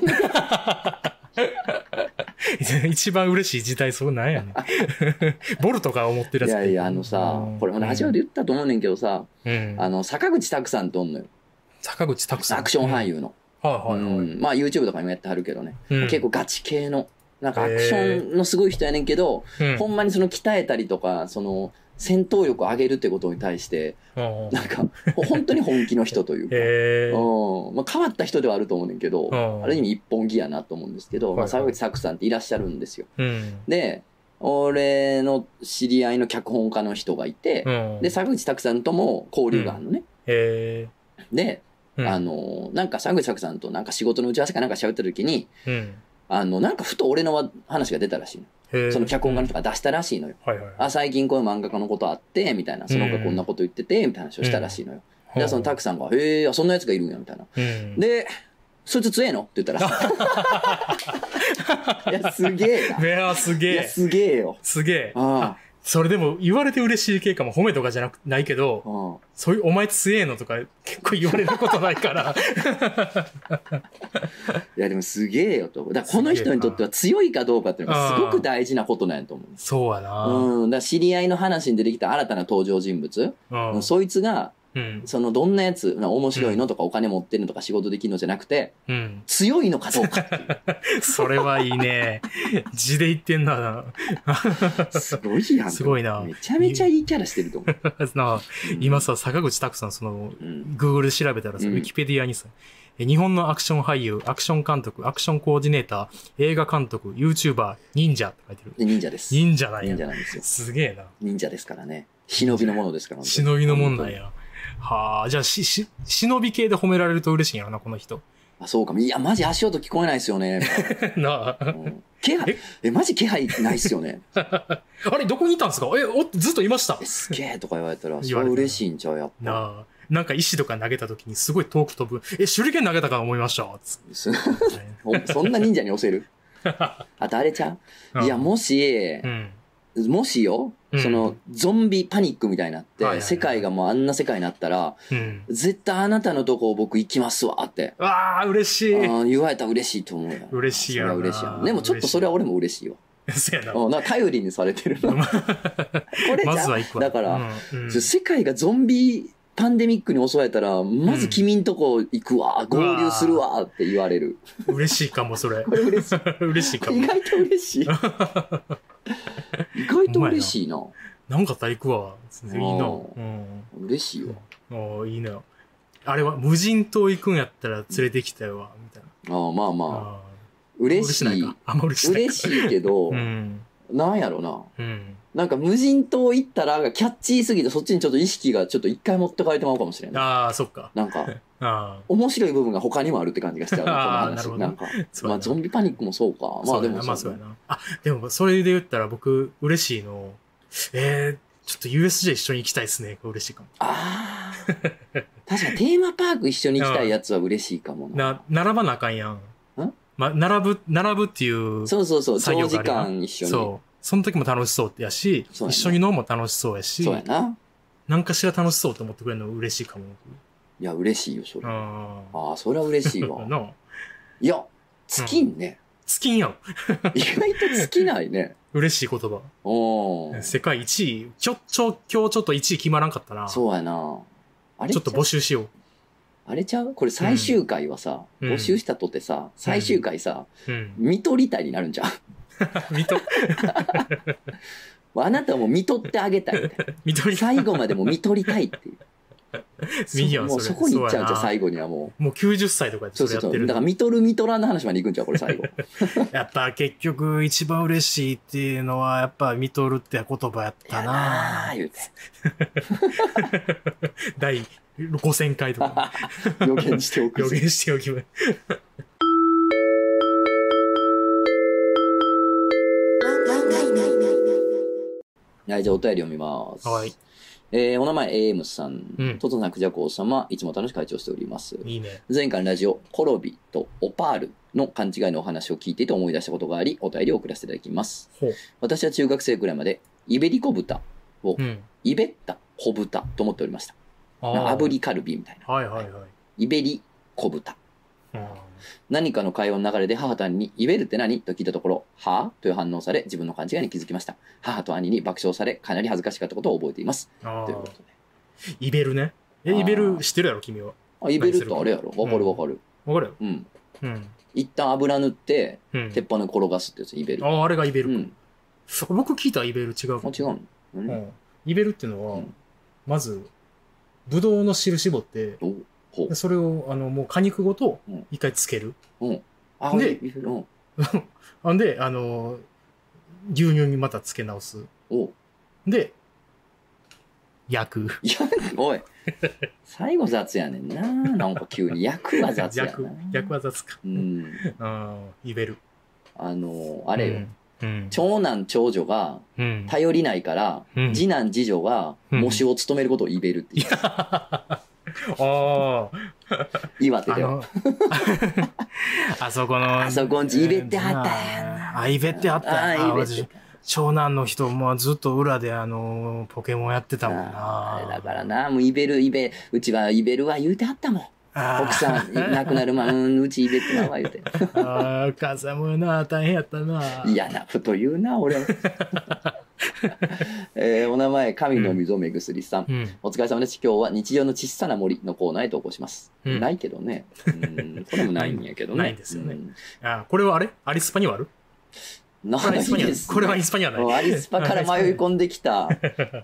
れ る。
一番嬉しい時代、そうな んやねん。ボルトが思ってる
い
やつ。
やいや、あのさ
うん、
これもラジオで言ったと思うねんけどさ、
うん。
あの、坂口拓さんとおんのよ。
坂口拓さん。
アクション俳優の。
うん。はいは
う
いはい。
んまあ YouTube とかにもやってはるけどね。結構ガチ系の。なんかアクションのすごい人やねんけど、
構
ほんまにその鍛えたりとか、その、戦闘力を上げるってことに対して、
うん。
なんか、本当に本気の人というか、
えー。
うんまあ、変わった人ではあると思うねんけど、
うん
ある意味一本気やなと思うんですけど、ま
は
あ、
いはい
沢口作さんっていらっしゃるんですよ。
うん。
で、俺の知り合いの脚本家の人がいて、
うん。
で、沢口拓さんとも交流があるのね。
え
で、
ー。うん
あ、の、なんか沢口拓さんとなんか仕事の打ち合わせかなんか喋った時に、
うん。あ
あの、なんかふと俺のわ話が出たらしいのその脚本家の人が出したらしいのよ。
はいはい。
あ、最近こういう漫画家のことあって、みたいな、その子がこんなこと言ってて、みたいな話をしたらしいのよ。
うん
で、その拓さんが、へえ、あそんなやつがいるんや、みたいな。
うん、
で、そいつ強えのって言ったら。 いや、すげえ
い
な。
や、す
い
げ
や、
え。
すげえよ。
すげえ。
あ
それでも言われて嬉しい系かも褒めとかじゃなく、ないけど
あ、、うん
そういうお前強えのとか結構言われることな いから。
いや、でもすげえよと。だからこの人にとっては強いかどうかっていうのがすごく大事なことなんやと思う。
そうやな。
うん、だから知り合いの話に出てきた新たな登場人物、
うん。
そいつが
うん。
そのどんなやつな面白いのとかお金持ってるのとか仕事できるのじゃなくて
うん。
強いのかどうか っていう
それはいいね。字で言ってんな。
すごいやん
すごいな
めちゃめちゃいいキャラしてると思う、
な
うん
今さ、坂口拓さん、その、
うん、
Google で調べたらさ、
う
Wikipedia
ん
にさ、え日本のアクション俳優、アクション監督、アクションコーディネーター、映画監督、YouTuber、忍者って書いてる。
で忍者です
忍者なん
忍
や。
者なんですよ
すげえな。
忍者ですからね忍びのものですから
忍びのもんなん
本
や。はあ、じゃあ、し、し、忍び系で褒められると嬉しいんやろな、こ の人。
当にあそうかもいやマジ足音聞こえないですよね、
なあ。
うん気配えマジ気配ないっすよね
あれ、どこにいたんですかえ、お、ずっといました
え。すげえとか言われたら
言
そ
われ
れ
たら
嬉しいんちゃうやっぱ
なあ。なんか石とか投げた時にすごい遠く飛ぶ。え、手裏剣投げたか思いました。つっ
おそんな忍者に押せ るあとあれちゃう
て
いや、もし
う、ん。
もしよ、
うん
その、ゾンビパニックみたいになっ
はいはいは
て、
い
世界がもうあんな世界になったら、
うん。
絶対あなたのとこ僕行きますわって、
わあ、嬉し
あ
い。
ー言われたら嬉しいと思うよ。
嬉しいや
それは
ろな
嬉しいやろでもちょっとそれは俺も嬉しいわ。
そうやな。
うんなんか頼りにされてるな。 これじ
まず
ゃ
は行くわ。
だから
うん、うん
世界がゾンビパンデミックに襲われたら、まず君んとこ行くわ、合流するわって言われる。
嬉しいかも、それ。
これ嬉しい。
嬉しいか
意
も。
外と嬉 しい。意外と嬉しいな。
なんかあったら行くわ。いいな。
お
うん。
嬉しいわ。
おーいいな。あれは、無人島行くんやったら連れてきたよわ、みたいな。
あーまあまあ、
あー
嬉し
ない
い。
か。あんま嬉しない
嬉
か。
しいけど、
うん。
なんやろな。
うん。
なんか無人島行ったらがキャッチーすぎてそっちにちょっと意識がちょっと一回持ってかれてまうかもしれない。
ああ、そっか。
なんか
あ
面白い部分が他にもあるって感じがしちゃう
あー
な、こ
なるほ
の
ど
話。なんか、
あ、そう
ま
や
あ
な
ゾンビパニックもそうか。まあでも
そうやなまあ
そ
そう
う
や
ね
な。あ、でもそれで言ったら僕、嬉しいの。えー、ちょっと USJ 一緒に行きたいですね。これ嬉しいかも。
ああ。確かにテーマパーク一緒に行きたいやつは嬉しいかもな
な、。並ばなあかんやん。ま、並ぶ、並ぶっていう、
そうそうそう、
作業
長時
があるな
間一緒に。そ
そう。その時も楽しそうやし、
そうや
一
ね
緒に飲むも楽しそうや
う
し、
やな。
なんかしら楽しそうと思ってくれるの嬉しいかも。
いや、嬉しいよ、それ。あ
ああ。
あ、それは嬉しい わ。
の、
いや、尽きんね。
好きんやん。
意外と尽きないね。
嬉しい言葉。
おー
世界一位。ちょ、ちょ、今日ちょっと一位決まらんかったな。
そうやな。あれ
ちょっと募集しよう。
あれちゃうこれ最終回はさ、
うん
募集したとてさ、最終回さ、
うん。
見取りたいになるんじゃん。
見と、
あなた も見取ってあげたいみたい
見と
な。
り、
最後までも見取りたいって いう。
いいやん
もう
それ
そこに行っちゃうじ
そうや
ゃ、
なん
最後にはも
もう90歳とかやっ
う。そ
てそうれ
そう
やって
そう。
る
だから見取る見取らんの話まで行くんじゃん、これ最後。
やっぱ結局一番嬉しいっていうのは、やっぱ見とるって言葉やっ
いや
た
な
な
あ言うて。
第5000回 とか
予言してお
予
く。
言しておきます。
はい、じゃあお便り読みます。
はい。
えーお名前、エイムさん。
うん
トトさん、クジャコウ様、いつも楽しく会長しております。
いいね。
前回のラジオ、コロビとオパールの勘違いのお話を聞いていて思い出したことがあり、お便りを送らせていただきます。
ほう。
私は中学生くらいまで、イベリコ豚を、
うん。
イベッタ、小豚と思っておりました。
あー
炙りカルビみたいな。
はいはいはい。
イベリコ豚。
うん
何かの会話の流れで母と兄に、イベルって何と聞いたところ、はという反応され、自分の勘違いに気づきました。母と兄に爆笑され、かなり恥ずかしかったことを覚えています。
あ
ということ
ーイベルね。え、
あー
イベル知ってるやろ、君は。
で。あ、イベルってあれやろわかるわかる。
わかる
うん。
よ。うん。
一旦油塗って、
うん。
鉄板で転がすってやつ、イベル。
ああ、あれがイベ
う
ル。
ん。
そ僕聞いたイベル違う
あ、違うの、う、
うんん。イベルっていうのは、
うん
まず、ブドウの汁絞って、
おほう
でそれを、あの、もう果肉ごと
うん、
一回つける。
あ
で
いいうん
ほんで、あの、牛乳にまたつけ直す。
おう
で、焼く。
いやおい最後雑やねんななんか急に役は雑やな
焼く。焼くは雑か。
うん
うん。イベル。
あのあれよ、
うん。うん。
長男長女が
うん。
頼りないから、
うん
次男次女が
うん
喪主を務めることを言べるっていう、
ああ。
岩手
あ
では
の、あそこの。
あそこんちイベってはったやん
な。あ、イベってあったやんな。
あイベって
私長男の人、もずっと裏であの、ポケモンやってたもんな。
あれだからなもうイベるイベうちはイベるは言うてはったもん
あー。
奥さん亡くなる前うんうちイベってなわ言うて
あーお母さんもな、大変やったな。
嫌なこと言うな俺 えーお名前神の溝目薬さん、
うん。
お疲れ様です今日は日常の小さな森のコーナーへ投稿します、
うん
ないけどねうんこれもないんやけどね
ないんですよね
うん
あ、これはあれアリスパにはある
な
これア
い
リスパには
で
ある
すね
これはアリスパにはない。
アリスパから迷い込んできた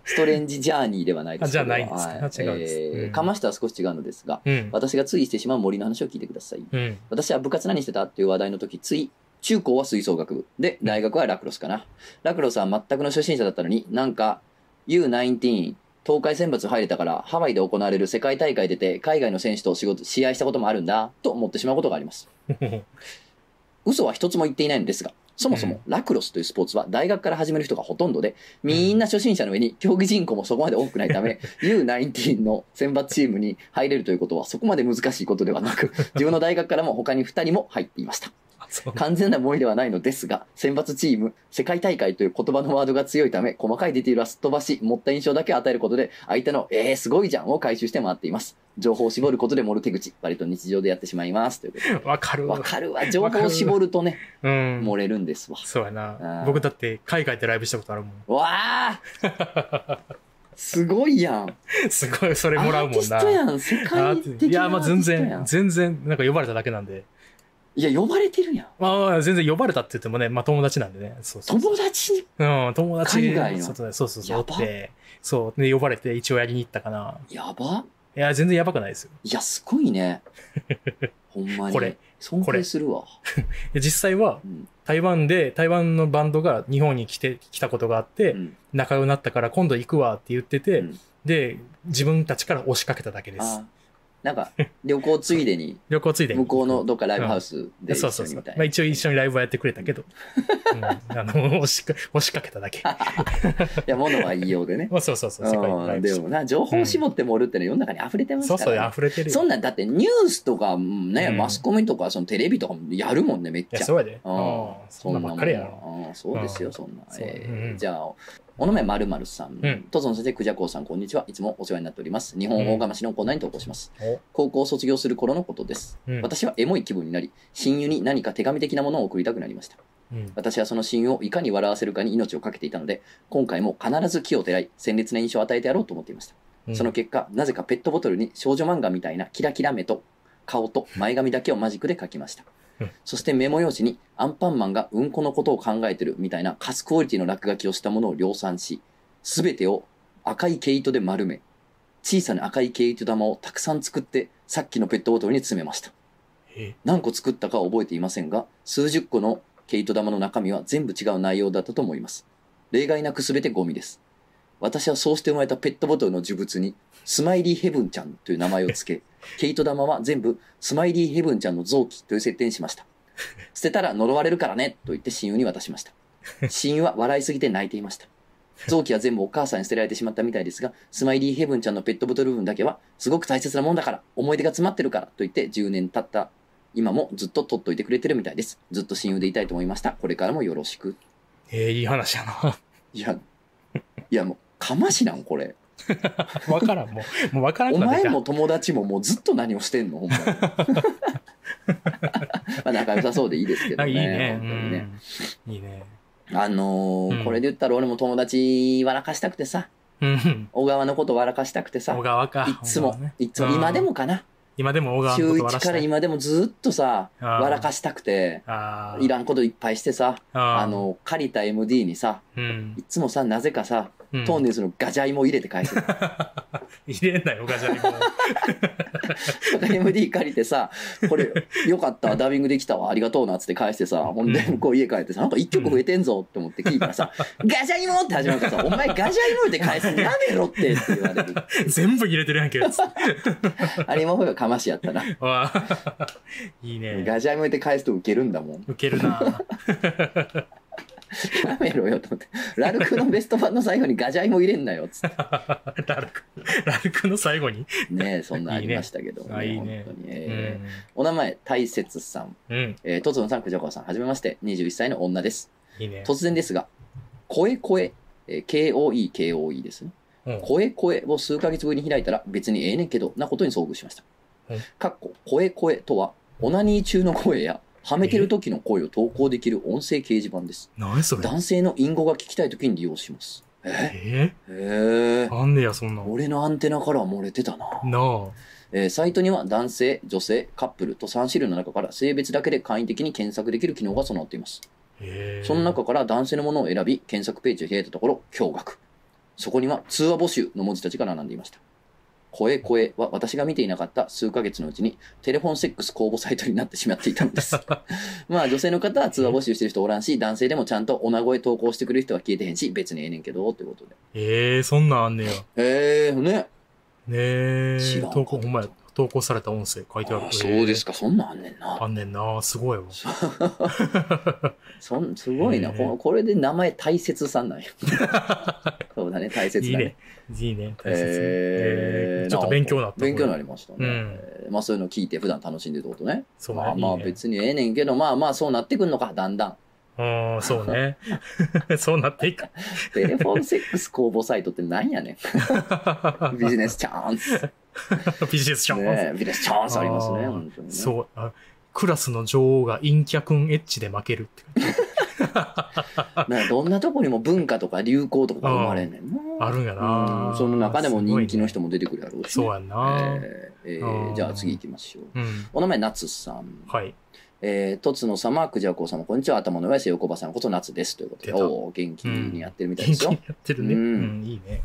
ストレンジジャーニーではないですけど
あじゃあないんですね
は
違うんです
え
う
ー
ん
かましたは少し違うのですが、
うん。
私がついしてしまう森の話を聞いてください。
うん。
私は部活何してたっていう話題の時、つい、中高は吹奏楽部。で、大学はラクロスかな。ラクロスは全くの初心者だったのに、なんか、U19、東海選抜入れたから、ハワイで行われる世界大会出て、海外の選手と仕事、試合したこともあるんだ、と思ってしまうことがあります。 嘘は一つも言っていないのですが、そもそもラクロスというスポーツは大学から始める人がほとんどで、みんな初心者の上に競技人口もそこまで多くないた め、U19 の選抜チームに入れるということはそこまで難しいことではなく、自分の大学からも他に2人も入っていました。
あそう
完全な思いではないのですが、選抜チーム、世界大会という言葉のワードが強いため、細かいディティールはすっ飛ばし、持った印象だけ与えることで、相手の、えー、すごいじゃんを回収して回っています。情報を絞ることで盛る手口、割と日常でやってしまいます。ということで
わかるわ
わ。かるわ。情報を絞るとね、
うん。
漏れるんですわ。
そうや
うん
な。僕だって海外でライブしたことあるもん。
わあすごいやん。
すごい、それもらうもんな。
アーティストやん。世
あ
界的
い
な
や、
ア
まあ
ーティ
全
ストやん。
然、全然、なんか呼ばれただけなんで。
いや、呼ばれてるやん。
まあ、全然呼ばれたって言ってもね、まあ友達なんでね。そうそう
友達に。
うん、友達
海外の
外でそうそうそう。お
や
っ
ば
て、そう。で、呼ばれて一応やりに行ったかな。
やば
いや、全然やばくないですよ。
いや、すごいね。ほんまに。
これ
尊敬するわ。
で実際は
うん、
台湾で、台湾のバンドが日本に来て、来たことがあって
う、ん
仲良くなったから今度行くわって言ってて
うん、
で、自分たちから押しかけただけです
あ。なんか、旅行ついで に、
旅行ついでに
向こうのどっかライブハウスで
そう
一
そ
緒に
うそ
み
う
た。い
まあ
な。
一応一緒にライブはやってくれたけど、うん、あの、押しか、押しかけただけ。
いや、物は言いようでね。
まあそうそう そう、世界のラ
う
イ
ん
ブ
でもな、情報を絞って盛るってのは世の中に溢れてます
そう
か
そう、
らね。
溢れてるよ。
そんなんだってニュースとかね、
うん
マスコミとかそのテレビとかもやるもんね、めっ
い
ち
や、
ゃ。
そうやで。
うん
うんそんなばっかりやろ。
ろ。うんそうですよ、
うん
そんな。
そう
え
う
ー
ん
じゃあ、おのめまるまるさん
うん、
とぞの先生、くじゃこうさん、こんにちは。いつもお世話になっております。日本大釜市のコーナーに投稿します。
お
高校を卒業する頃のことです。
うん
私はエモい気分になり、親友に何か手紙的なものを送りたくなりました。
うん
私はその親友をいかに笑わせるかに命を懸けていたので、今回も必ず木をてらい、鮮烈な印象を与えてやろうと思っていました。
うん
その結果、なぜかペットボトルに少女漫画みたいなキラキラ目と顔と前髪だけをマジックで描きました
うん。
そしてメモ用紙にアンパンマンがうんこのことを考えてるみたいなカスクオリティの落書きをしたものを量産し、すべてを赤い毛糸で丸め、小さな赤い毛糸玉をたくさん作ってさっきのペットボトルに詰めました。
え
何個作ったかは覚えていませんが、数十個の毛糸玉の中身は全部違う内容だったと思います。例外なく全てゴミです。私はそうして生まれたペットボトルの呪物に、スマイリーヘブンちゃんという名前を付け、毛糸玉は全部スマイリーヘブンちゃんの臓器という設定にしました。捨てたら呪われるからねと言って親友に渡しました。親友は笑いすぎて泣いていました。臓器は全部お母さんに捨てられてしまったみたいですが、スマイリーヘブンちゃんのペットボトル分だけは、すごく大切なもんだから、思い出が詰まってるからと言って10年経った今もずっと取っといてくれてるみたいです。ずっと親友でいたいと思いました。これからもよろしく。
えー、いい話やな。
いや、いやもう、かましなんこれ。
わからん、もう。もうわからん
お
くなって
前
きた
も友達ももうずっと何をしてんのほんまに まあ仲良さそうでいいですけど
あ
ね。
いいね。
本当にね。
うんいいね。
あのー
うん
これで言ったら俺も友達笑かしたくてさ、
うん。
小川のこと笑かしたくてさ
小、川か。
いつ
小
も
川ね、
いつも、
うん
今でもかな。
今でも小川の
週
こと
1
笑
から今でもずっとさ、笑か
し
したくて、
あー
いらんこといっぱいしてさ、
あー
あ、の、借りた MD にさ、
うん
い。つもさ、なぜかさ、
うん
トーンネルズのガジャイも入れて返せ。
入れんなよ、ガジャリも。
MD 借りてさ、こ れ、よかったわ、ダビングできたわ、ありがとうな、つって返してさ、ほんで、
うん
こう家帰ってさ、なんか一曲増えてんぞって思って聞いたらさ、ガジャイモって始まるからさ、お前ガジャイモって返すのやめろってって言われ る。
全部入れて るやんけ。つって
あれもほがかましやったな。
わあいいね。
ガジャイモって返すとウケるんだもん。
ウケ るな。
やめろよ、と思って。ラルクのベスト版の最後にガジャイモ入れんなよ、つって。
ラルク、ラルクの最後に。
ねそんなんありましたけど、
いいねあいいね
本当に。えーお名前、大雪さん。
うん。うん。
えー、とつのさん、くじゃこさん、はじめまして、21歳の女です。
いいね。
突然ですが、声声、えー KOE、KOE ですね。
うん
声声を数ヶ月ぶりに開いたら別にええねんけど、なことに遭遇しました
うん。
かっこ、声声とは、オナニー中の声や、はめてる時の声を投稿できる音声掲示板です。
何それ
男性の隠語が聞きたい時に利用します。え
え
へえ
ー、。なんでや、そんなの
俺のアンテナからは漏れてたな。
な
えーサイトには男性、女性、カップルと3種類の中から性別だけで簡易的に検索できる機能が備わっています。
あ。えー、
その中から男性のものを選び、検索ページを開いたところ、驚愕。そこには通話募集の文字たちが並んでいました。声声は私が見ていなかった数ヶ月のうちにテレフォンセックス公募サイトになってしまっていたの です。まあ女性の方は通話募集してる人おらんし、男性でもちゃんと女声投稿してくれる人は消えてへんし、別にええねんけど、ということで。
えー、そんなんあんねや。
ええー、ね。
ねえ
知らんかった
投稿、ほんまや、投稿された音声書いてある。
あそうです
か。
か、そんなんあんねんな。
あんねんな、すごいわ。
そんすごいな、
ね
こ。これで名前大切さん なんや。そうだね、大切
いい
だね。
ね。いいね。大切ね
え
えー
ー
ちょっと勉強になった。
勉強にな
る。
りましたね。
うん
えーまあそういうのを聞いて普段楽しんでるってことね。
そうね。
まあまあ
いいね
別にええねんけど、まあまあそうなってくんのか、だん だん。
うん、そう ね。そうなっていく。
テレフォンセックス公募サイトってなんやね ん。ビジネスチャンス。ね
ビジネスション。
えビジネスチャンスありますね、
あー
本当にね。
そうあ。クラスの女王が陰キャ君エッチで負けるって。
なんかどんなとこにも文化とか流行とかが生まれんねんな。
あるんやな、
うんその中でも人気の人
も。
も出てくるやろうしね、
そうやんな、
えーえ
う
ー、
ん
じゃあ次行きましょう。
うん。
お名前、夏さん。
はい。
えー、とつの様、くじゃこう様、こんにちは、頭の上、せよこばさんこと、夏です。ということで、
出た
おお、元気にやってるみたいです
元気
よ
に。やってるね。
う
うんん、いいね。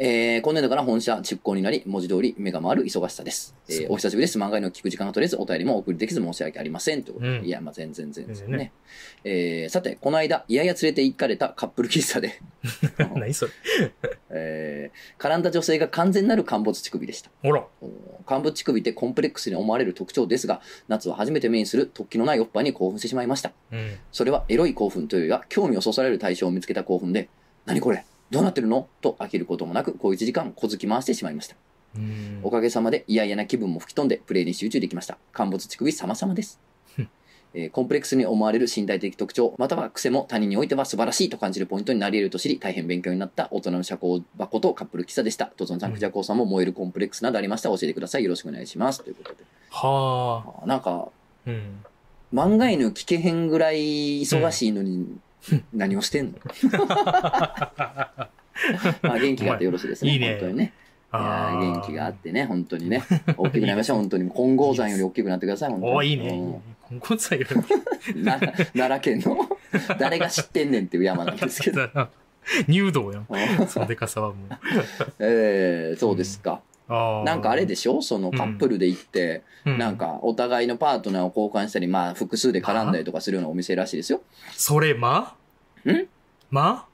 えー、今年度から本社出向になり、文字通り目が回る忙しさです。え
そう
ー、お久しぶりです。漫画の聞く時間が取れず、お便りもお送りできず申し訳ありません。ということで、
うん
いや、まあ、全然全然
全
ね。
然ね
えー、さて、この間、いやいや連れて行かれたカップル喫茶で、
何それ。
えー、絡んだ女性が完全なる陥没乳首でした。
ほら。
お幹部乳首ってコンプレックスに思われる特徴ですが、夏は初めて目にする突起のないおっぱいに興奮してしまいました。
うん。
それはエロい興奮というよりは興味をそそられる対象を見つけた興奮で、何これどうなってるのと飽きることもなく、小一時間小突き回してしまいました。
うん
おかげさまで嫌々な気分も吹き飛んでプレイに集中できました。陥没乳首様々です
うん。
えーコンプレックスに思われる身体的特徴、または癖も他人においては素晴らしいと感じるポイントになり得ると知り、大変勉強になった大人の社交箱とカップル喫茶でした。とぞんさん、
うん
くじゃこうさんも燃えるコンプレックスなどありましたら教えてください。よろしくお願いします。ということで。
はあ。
あーなんか、
うん。
漫画犬聞けへんぐらい忙しいのに、何をしてんのまあ元気があってよろしいですね。
いいね
本当にね。いや
あ
ー
ー
元気があっ。てね、本当に ね。大きくなりましょう、本当に。金剛山より大きくなってください、本当に。
おーいいね。いい
うん
ね今後さよ
な奈良県 の誰が知ってんねんっていう山なんですけど。
入道やん。そのでかさはもう。
えー、そうですか。
あー
なんかあれ、でしょそのカップルで行って、
う
なん。かお互いのパートナーを交換したり、まあ複数で絡んだりとかするようなお店らしいです よ。
それ、ま
ん
ま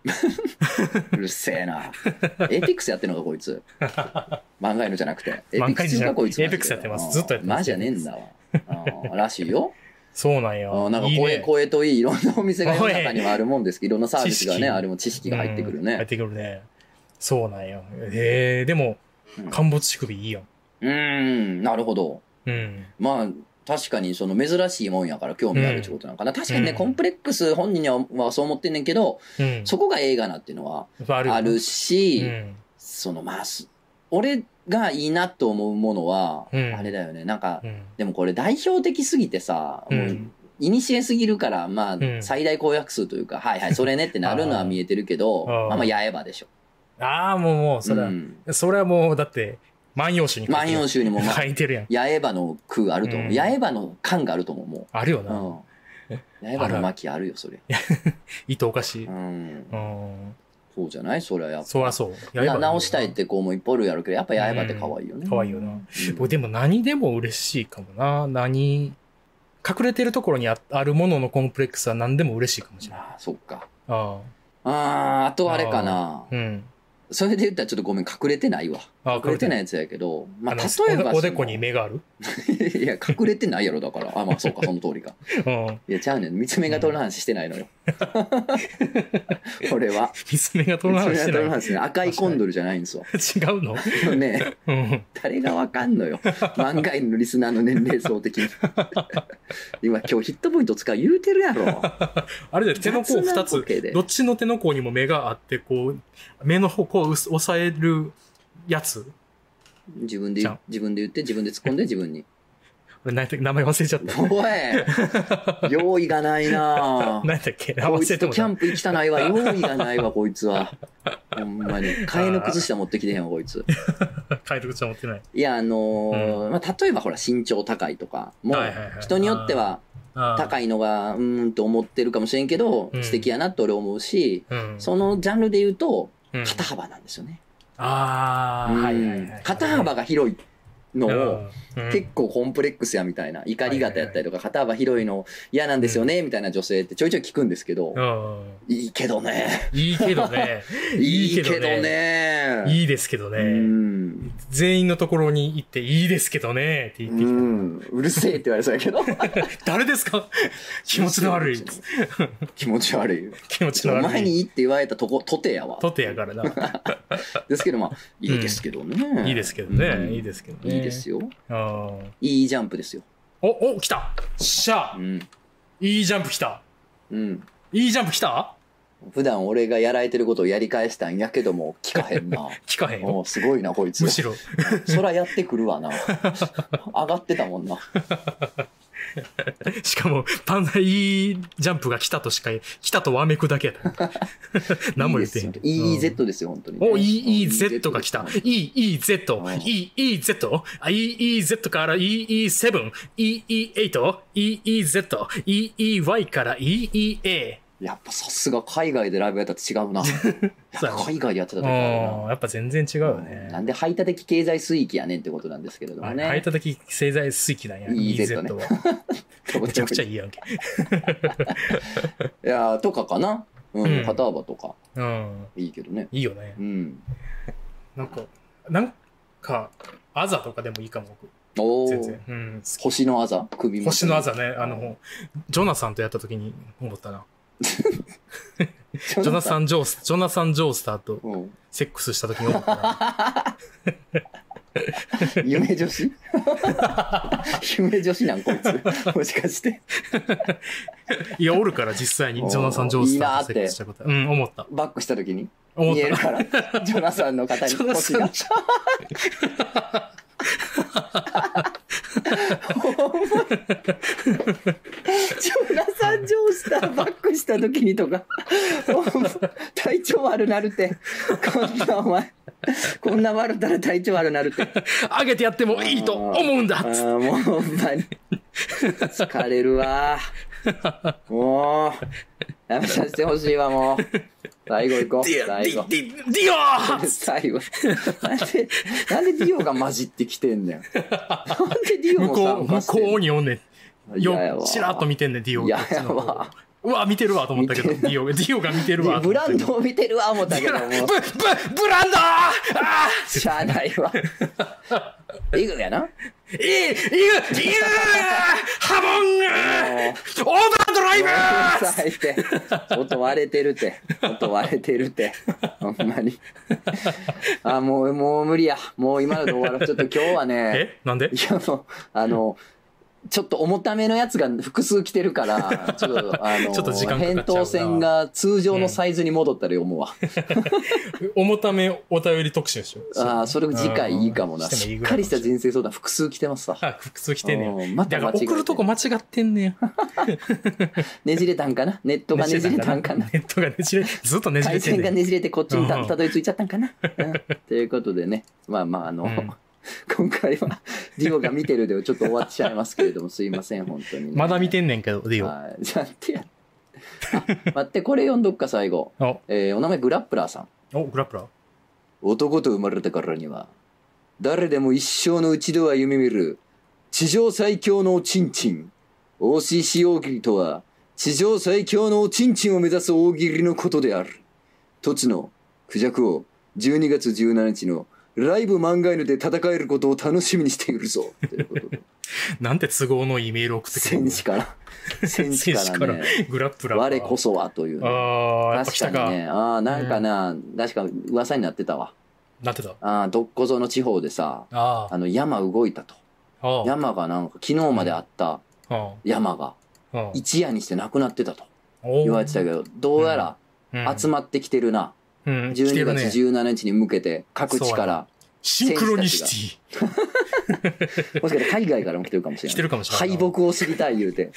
うるせえな。エイペックスやってんのか、こいつ。漫画のじゃなくて。エイペッ
漫
ク
画
ス
犬じゃ
か、
なくて
こいつ。
エイペックスやってますずっとやってます
マジじゃねえんだわ。うんらしいよ。
そうなんや。
うんなんか
いい
声、
ね
声といい、いろんなお店が世の中にはあるもんですけど、いろんなサービスが
知
ね、
識
あれも知識が入ってくる
うん入っ
ね。
てくるね。そうなんよ。えー、でも
うん、
陥没乳首いいやん。
うーん、なるほど。
うん。
まあ、確かにその珍しいもんやから興味あるってことなのかな。確かにね、
うん
コンプレックス本人にはまあそう思ってんねんけど、
うん。
そこが映画なっていうのは
あ
あるし、
うん。
そのまあ、す俺がいいなと思うものは、
うん
あれだよね、なんか、
うん。
でもこれ代表的すぎてさ、
う。
もうんいにしえすぎるから、まあ
う、ん
最大公約数というか、はいはい、それねってなるのは見えてるけど、
あー
まあまあ、やえばでしょ。
ああ、もう、もう、それ
う
は、
ん
それはもう、だって、万葉集に書いて
万葉集にも、まあ
書、いてるやん。
八重歯の句あると思
う
う。
ん
八重歯の感があると思う、も
あるよ
う。
な。
うん。八重歯の巻あるよ、それ。
糸おかしい。
う。
うんん。
そうじゃないそれはやっ
そりゃそう。
ぱ。
刃
な直したいって子もいっぱいおるやろうけど、やっぱ八重歯って可愛いよね。
可愛いよ
う
な
ん
僕でも何でも嬉しいかもな。何、隠れてるところにああるもののコンプレックスは何でも嬉しいかもしれない。
ああ、そっか。
あ
あ
あ、
あ、あとあれかな。
うん。
それで言ったらちょっとごめん、隠れてないわ。
ああ、
隠れてない
い。
やつやけど、ま
あ
あ、
の
例えば
おでおでこに目がある
いや、隠れてないやろ、だから。あ、まあ、そうか、その通りか。
うん。
いや、ちゃうねん。見つめが通る話してないの よ。 これは。
見つめが
見
取
つ
らな
めが
い
通
して
る
ない。
話ね。赤いコンドルじゃないんですわ。
違うの
でもね、
うん。
誰がわかんのよ。漫画犬のリスナーの年齢層的に。今、今日ヒットポイント使う言うてるやろ。
あれだよ、手の甲
雑な
二
ボ
つ。
ケで
どっちの手の甲にも目があって、こう、目の方向を押さえるやつ。
自分で
じゃん、
自分で言って、自分で突っ込んで、自分に。
俺何やったっけ名前忘れちゃっ
お
た。
い用意がない なぁ
何。やったっけ名前
こい
忘
つ
れて
と
も
キャ
た
ンプ行きたないわ。用意がないわ、こいつは。ほんまに。替えの靴下持ってきてへんわ、こいつ。
書いてる口は持ってない。
いや、あのーまあ、例えばほら、身長高いとか、もう
はいはいはい、
人によっては
高い。
高いのが、うーんと思ってるかもしれんけど、
うん
素敵やなって俺思うし、
うん。
そのジャンルで言うと、
うん
肩幅なんですよね。
ああ、
うん
はいはいはい。
肩幅が広いのを、
うん
結構コンプレックスやみたいな、怒り方やったりとか、肩幅広いの嫌なんですよね、みたいな女性ってちょいちょい聞くんですけど
う、ん
いいけどね。
いいけど ね。
い
い
い
い
け
け
ど
どね
ね。
いいですけど
う
ね。
ん。
全員のところに行って、いいですけどね。って
う
言って
ん、うるせえって言われそうやけど
きて。誰ですか 気持ちの悪い。
気持ち悪い
気持ちの
お
悪
前に
い。
いいって言われたとことてやわ。
とてやから な。
ですけど、まあ、いいですけどね。
いいですけどね。いい
で
ですけど
す。
ね。
いいですよ。
あー
いいジャンプですよ。
お、お、来たしゃ
う
あ
ん。
いいジャンプ来た
うん。
いいジャンプ来た
普段俺がやられてることをやり返したんやけども、聞かへん な。
聞かへんよ。
おうすごいな、こいつ。
むしろ。
そらやってくるわ な。上がってたもんな。
しかも、パンダいいジャンプが来たとしか、来たとわめくだけや った。何も言ってへんけど。
いいですよ EEZ ですよ、本当にね。
お、
うん
EEZ が来た。EEZ
うん、
EEZ、あ EEZ から EE7、EE8、EEZ、EEY から EEA。
やっぱさすが海外でライブやったって違う な。やっぱ海外でやってた
うん
時あるな。
やっぱ全然違うよ
な
ね。
んで排他的経済水域やねんってことなんですけれども
は
ね。
い排他的製材水域なんや、
EEZ ね
EEZ は。めちゃくちゃ
い
いいやんけ。
やーとかかな。う、
うんん
肩幅とか。
うん。
いいけどね。
いいよね
う。ん。
なんか、なんか、あざとかでもいいかも、僕。
お
全
ー
然。うん。
星のあざ首元
星の あざね、あの、ジョナサンとやった時に思ったな。
ジ
ジョナサン・ジョース、ジョナサン・ジョースターと
うん、
セックスした時に思ったな。
夢女 子夢女子なんこいつもしかして
いや、おるから実際にジョナサン・ジョースターとセックスしたこと。うん、思った。
バックした時に
思っ
見える
た。
からジョナサンの肩に
ジョナ
腰
サ
が
ン・ジョー
ジョナサン・ジョースターバックした時にとかほんま体調悪なるってこんなお前こんな悪たら体調悪なるって
上げてやってもいいと思うんだ
あ
っつっ
ーもうほんまに疲れる わもうやめさせてほしいわもう最後行こう
てディア、デ
最後
ィ、ディ、ディオー
最後なんでなんでディオが混じってきてんねんなんでディオ
向
も
こ
参加
う、向
してんの
こうにおんねん。
嫌や
よ、
わ
ちらっと見てんねん、ディオ
いや
が。
やば
うわ、見てるわと思ったけど、ディオが、ディオが見てるわと
ブ
思
ラ
った。
ンドを見てるわ思ったけ
ブ
ど
ラ
も
ン
う
ブ、ブ、ブランドーああ
しゃあない わイグやない
い、いい、いい、ハモン
もう
オーバードライブ
うるさいって音割れてるって音割れてるってほんまにあもうもう無理やもう今ので終わろうちょっと今日はね
えなんで
いやもうあのちょっと重ためのやつが複数来てるから、ちょっと、あの、
ちょっと時間かかっちゃう
扁
な
桃腺が通常のサイズに戻ったら思うわ。
重ためお便り特集でしょ
ああ、それ次回いいかもな。
うんしても
し
い
っ
いぐらい
かりした人生相談複数来て ますわ。
あ、服装着てんね
うん
ん。
また
だ
間違
か
え
ら
てる
送るとこ間違ってんねん。
ねじれたんかなネットがねじれたんかな
ネットがねじれ、ずっとねじ
回
れて
線
ん
が
ねん。
ねじれてこっちにた
うん
たどり着いちゃったんか な、うんということでね、まあまあ、あの、
うん
今回はディオが見てるでちょっと終わっちゃいますけれども、すいません、本当にね、
まだ見てんねんけど、ディオ。
はい。じゃあ、てや。待って、これ読んどっか最後。
お、
えーお名前グラップラーさん。
お、グラップラー。
男と生まれたからには、誰でも一生のうちでは夢見る、地上最強のおちんちん。OCC 大喜利とは、地上最強のおちんちんを目指す大喜利のことである。土地のクジャクを12月17日のライブ漫画犬で戦えることを楽しみにしている ぞ。ということで、
なんて都合のいいメールを送ってくる
戦
の
士から、戦士からね、
グラップラーか。
我こそはというね、
ああ、やっぱ
確か
来た
に
か。
ね、ああ、なんかな、確か噂になってたわ。
なってた。あ
ああ、どっこぞの地方でさ、
あ
あの山動いたと。
ああ、
山がなんか昨日まであった
あ
山が
あ、ああ。
一夜にしてなくなってたと
言
言われてたけど、どうやら集まってきてるな。
うん、来て
12
る
月
ね。
17日に向けて各地から、
シンクロニシ
もしかして海外からも来てるかもし
ティ。
れ
来
な
て
い。
るかもしれな
敗
いな。
北を知りたい言うて。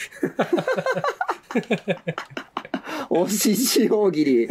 おしし大喜利、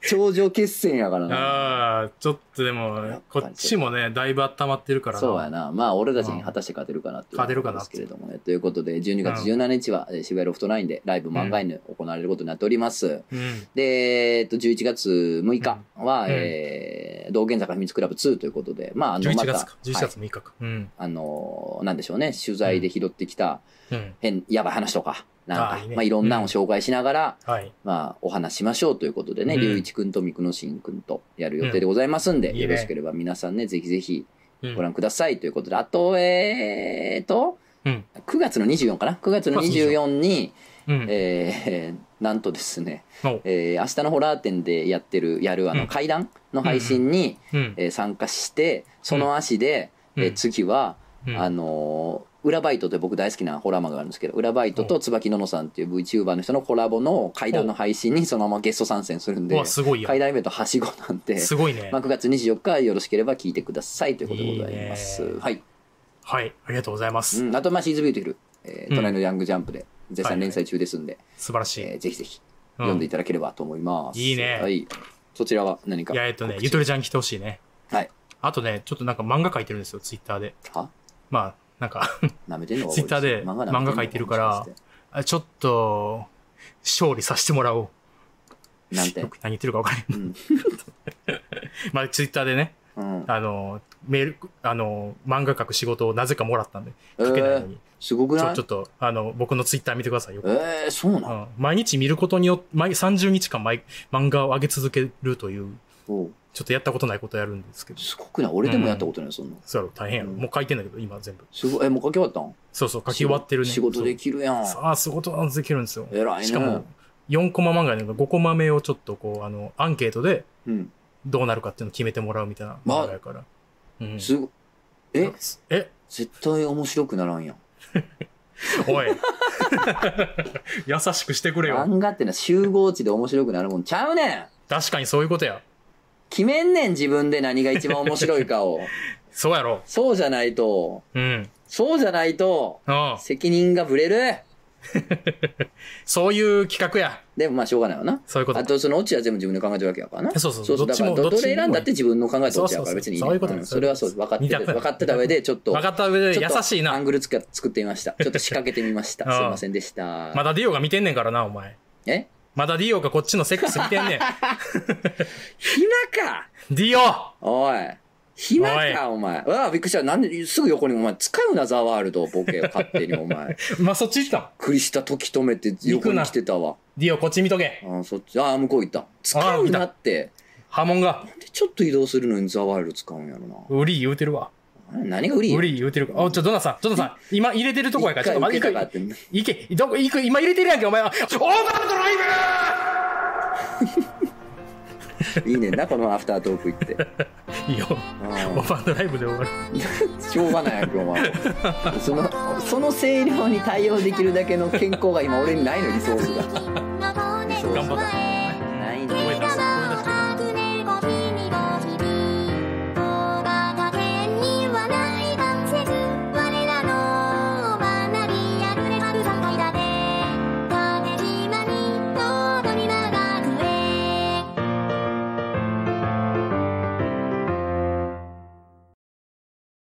頂上決戦やからな。
ああ、ちょっとで
やっ
も、
ぱ
こ
り
っちもね、だいぶ温まってるから
そうや。な。まあ、俺たちに果たして勝てるかなっていうところですけれどもね。ということで、12月17日は、えー渋谷ロフト9でライブ漫画犬行われることになっております。
うん。
で、えっと、11月6日は、
うん
えー、道玄坂秘密クラブ2ということで、まあ、あの、また、
11月か。11
はい
月6日か。うん。
あの、なんでしょうね、取材で拾ってきた
うん。
変、やばい話とか、なんか、
あーいいね
まあ、いろんなのを紹介しながら、
はい。
まあ、お話ししましょうということでね、
うん
龍、一くんと三久野慎くんとやる予定でございますんで、
うんいい
よ
ね
ろしければ皆さんね、ぜひぜひ
うん
ご覧くださいということで、あと、えーと、
うん
9月の24かな ?9 月の24に、
うん。
えー、なんとですね、
お
えー明日のホラー展でやってるやるあ
う
の
ん
階段の配信に、
うん。
えー参加してその足で、
うん
えー次は、
うん
あのー裏バイトって僕大好きなホラー漫画があるんですけど裏バイトと椿ののさんっていう VTuber の人のコラボの階段の配信にそのままゲスト参戦するん
う
で
わ、すごいや
階。段イベントはしごなんで、
すごいね
まあ、。9月24日よろしければ聞いてくださいということでございます
いいね
はい、
はい。ありがとうございます
う。ん、あとまあシーズビューティフル、えー
うん
隣のヤングジャンプで絶賛連載中ですんで、
素晴らしい。
えーぜひぜひ
うん
読んでいただければと思います、
うんいいね
はいそちらは何か
いや、えっとね、
告知
ゆとりちゃん来てほしいね。
はい。
あとね、ちょっとなんか漫画書いてるんですよ、ツイッターで。
は
まあ、なんか、
舐めてんの
Twitter で漫画書いてるからあちょっと、勝利させてもらおう。
なんて
よ く何言ってるか分からへん。
うん
まあ、ツイッターでね、
うん
あの、メール、あの、漫画書く仕事をなぜかもらったんで、
え
書けないの
ー
に。
すごく
ち
な
ょ、
い
ちょっと、あの、僕のツイッター見てくださいよ。
えー、そうな
う
の
ん、毎日見ることによって、毎30日間毎漫画を上げ続けるという、
おう
ちょっとやったことないことをやるんですけど、
すごくない俺でもやったことないそんな
そうやろ、大変やろ。
うん
もう書いてんだけど、今全部。
すごいえもう書き終わったん
そうそう、書き終わってるね。
仕事できるやん
そうああ、仕事はできるんですよ。
偉い
しかも
ね、
4コマ漫画やねんから5コマ目をちょっとこう、あの、アンケートで
うん
どうなるかっていうのを決めてもらうみたいな
まあ
漫画やから。うん
すごえ
え
絶対面白くならんやん
おい。 優しくしてくれよ。
漫画ってのは集合値で面白くなるもんちゃうねん
確かにそういうことや。
決めんねん自分で何が一番面白いか を
そうやろ。
そうじゃないと
うん。
そうじゃないと
うん。
責任がぶれる
そういう企画や。
でもまあしょうがないわな
そういうこと
あ。とそのオチは全部自分で考えてるわけやからな
そうそう
そうそう
ど
だ
っち
から
も
ど
ど
れ
っちも
選んだって自分の考えたオチや
そ
か
うそうそ
ら
う
別にいい
そういうこと
ね
ね
んそれはそう分かって
二
て
択
分かってた上でちょっと
分かった上で
ちょっと
優しい
ア
な
ン。グルつか作ってみま したちょっと仕掛けてみました
ああ
すいませんでした
まだディオが見てんねんからな、お前。
え
まだディオがこっちのセックス見てん ねん。
暇か
ディオ
おい暇かお前わあびっくりしたなんですぐ横にお前使うなザワールドボケを勝手に お前
まあ、そっち行ったん
栗下時止めて横に来てたわ
ディオこっち見とけ。
ああそっちああ向こう行った使うなって
波紋が。
でちょっと移動するのにザワールド使うんやろな
売り言うてるわ。
何が売り
売り言うてるか。お、ちょ、ドナさん、ドナさん、今入れてるとこやから、ちょっと待って、
一回受けたか
行
って
く行け、どこ行く、今入れてるやんけ、お前は。オーバードライブ
いいねん な、このアフタートーク行って。
いいよ。オーバードライブで終わる。
うんしょうがないやん、今日は。その、その声量に対応できるだけの健康が今、俺にないの、リソースが。リソースが
頑張った。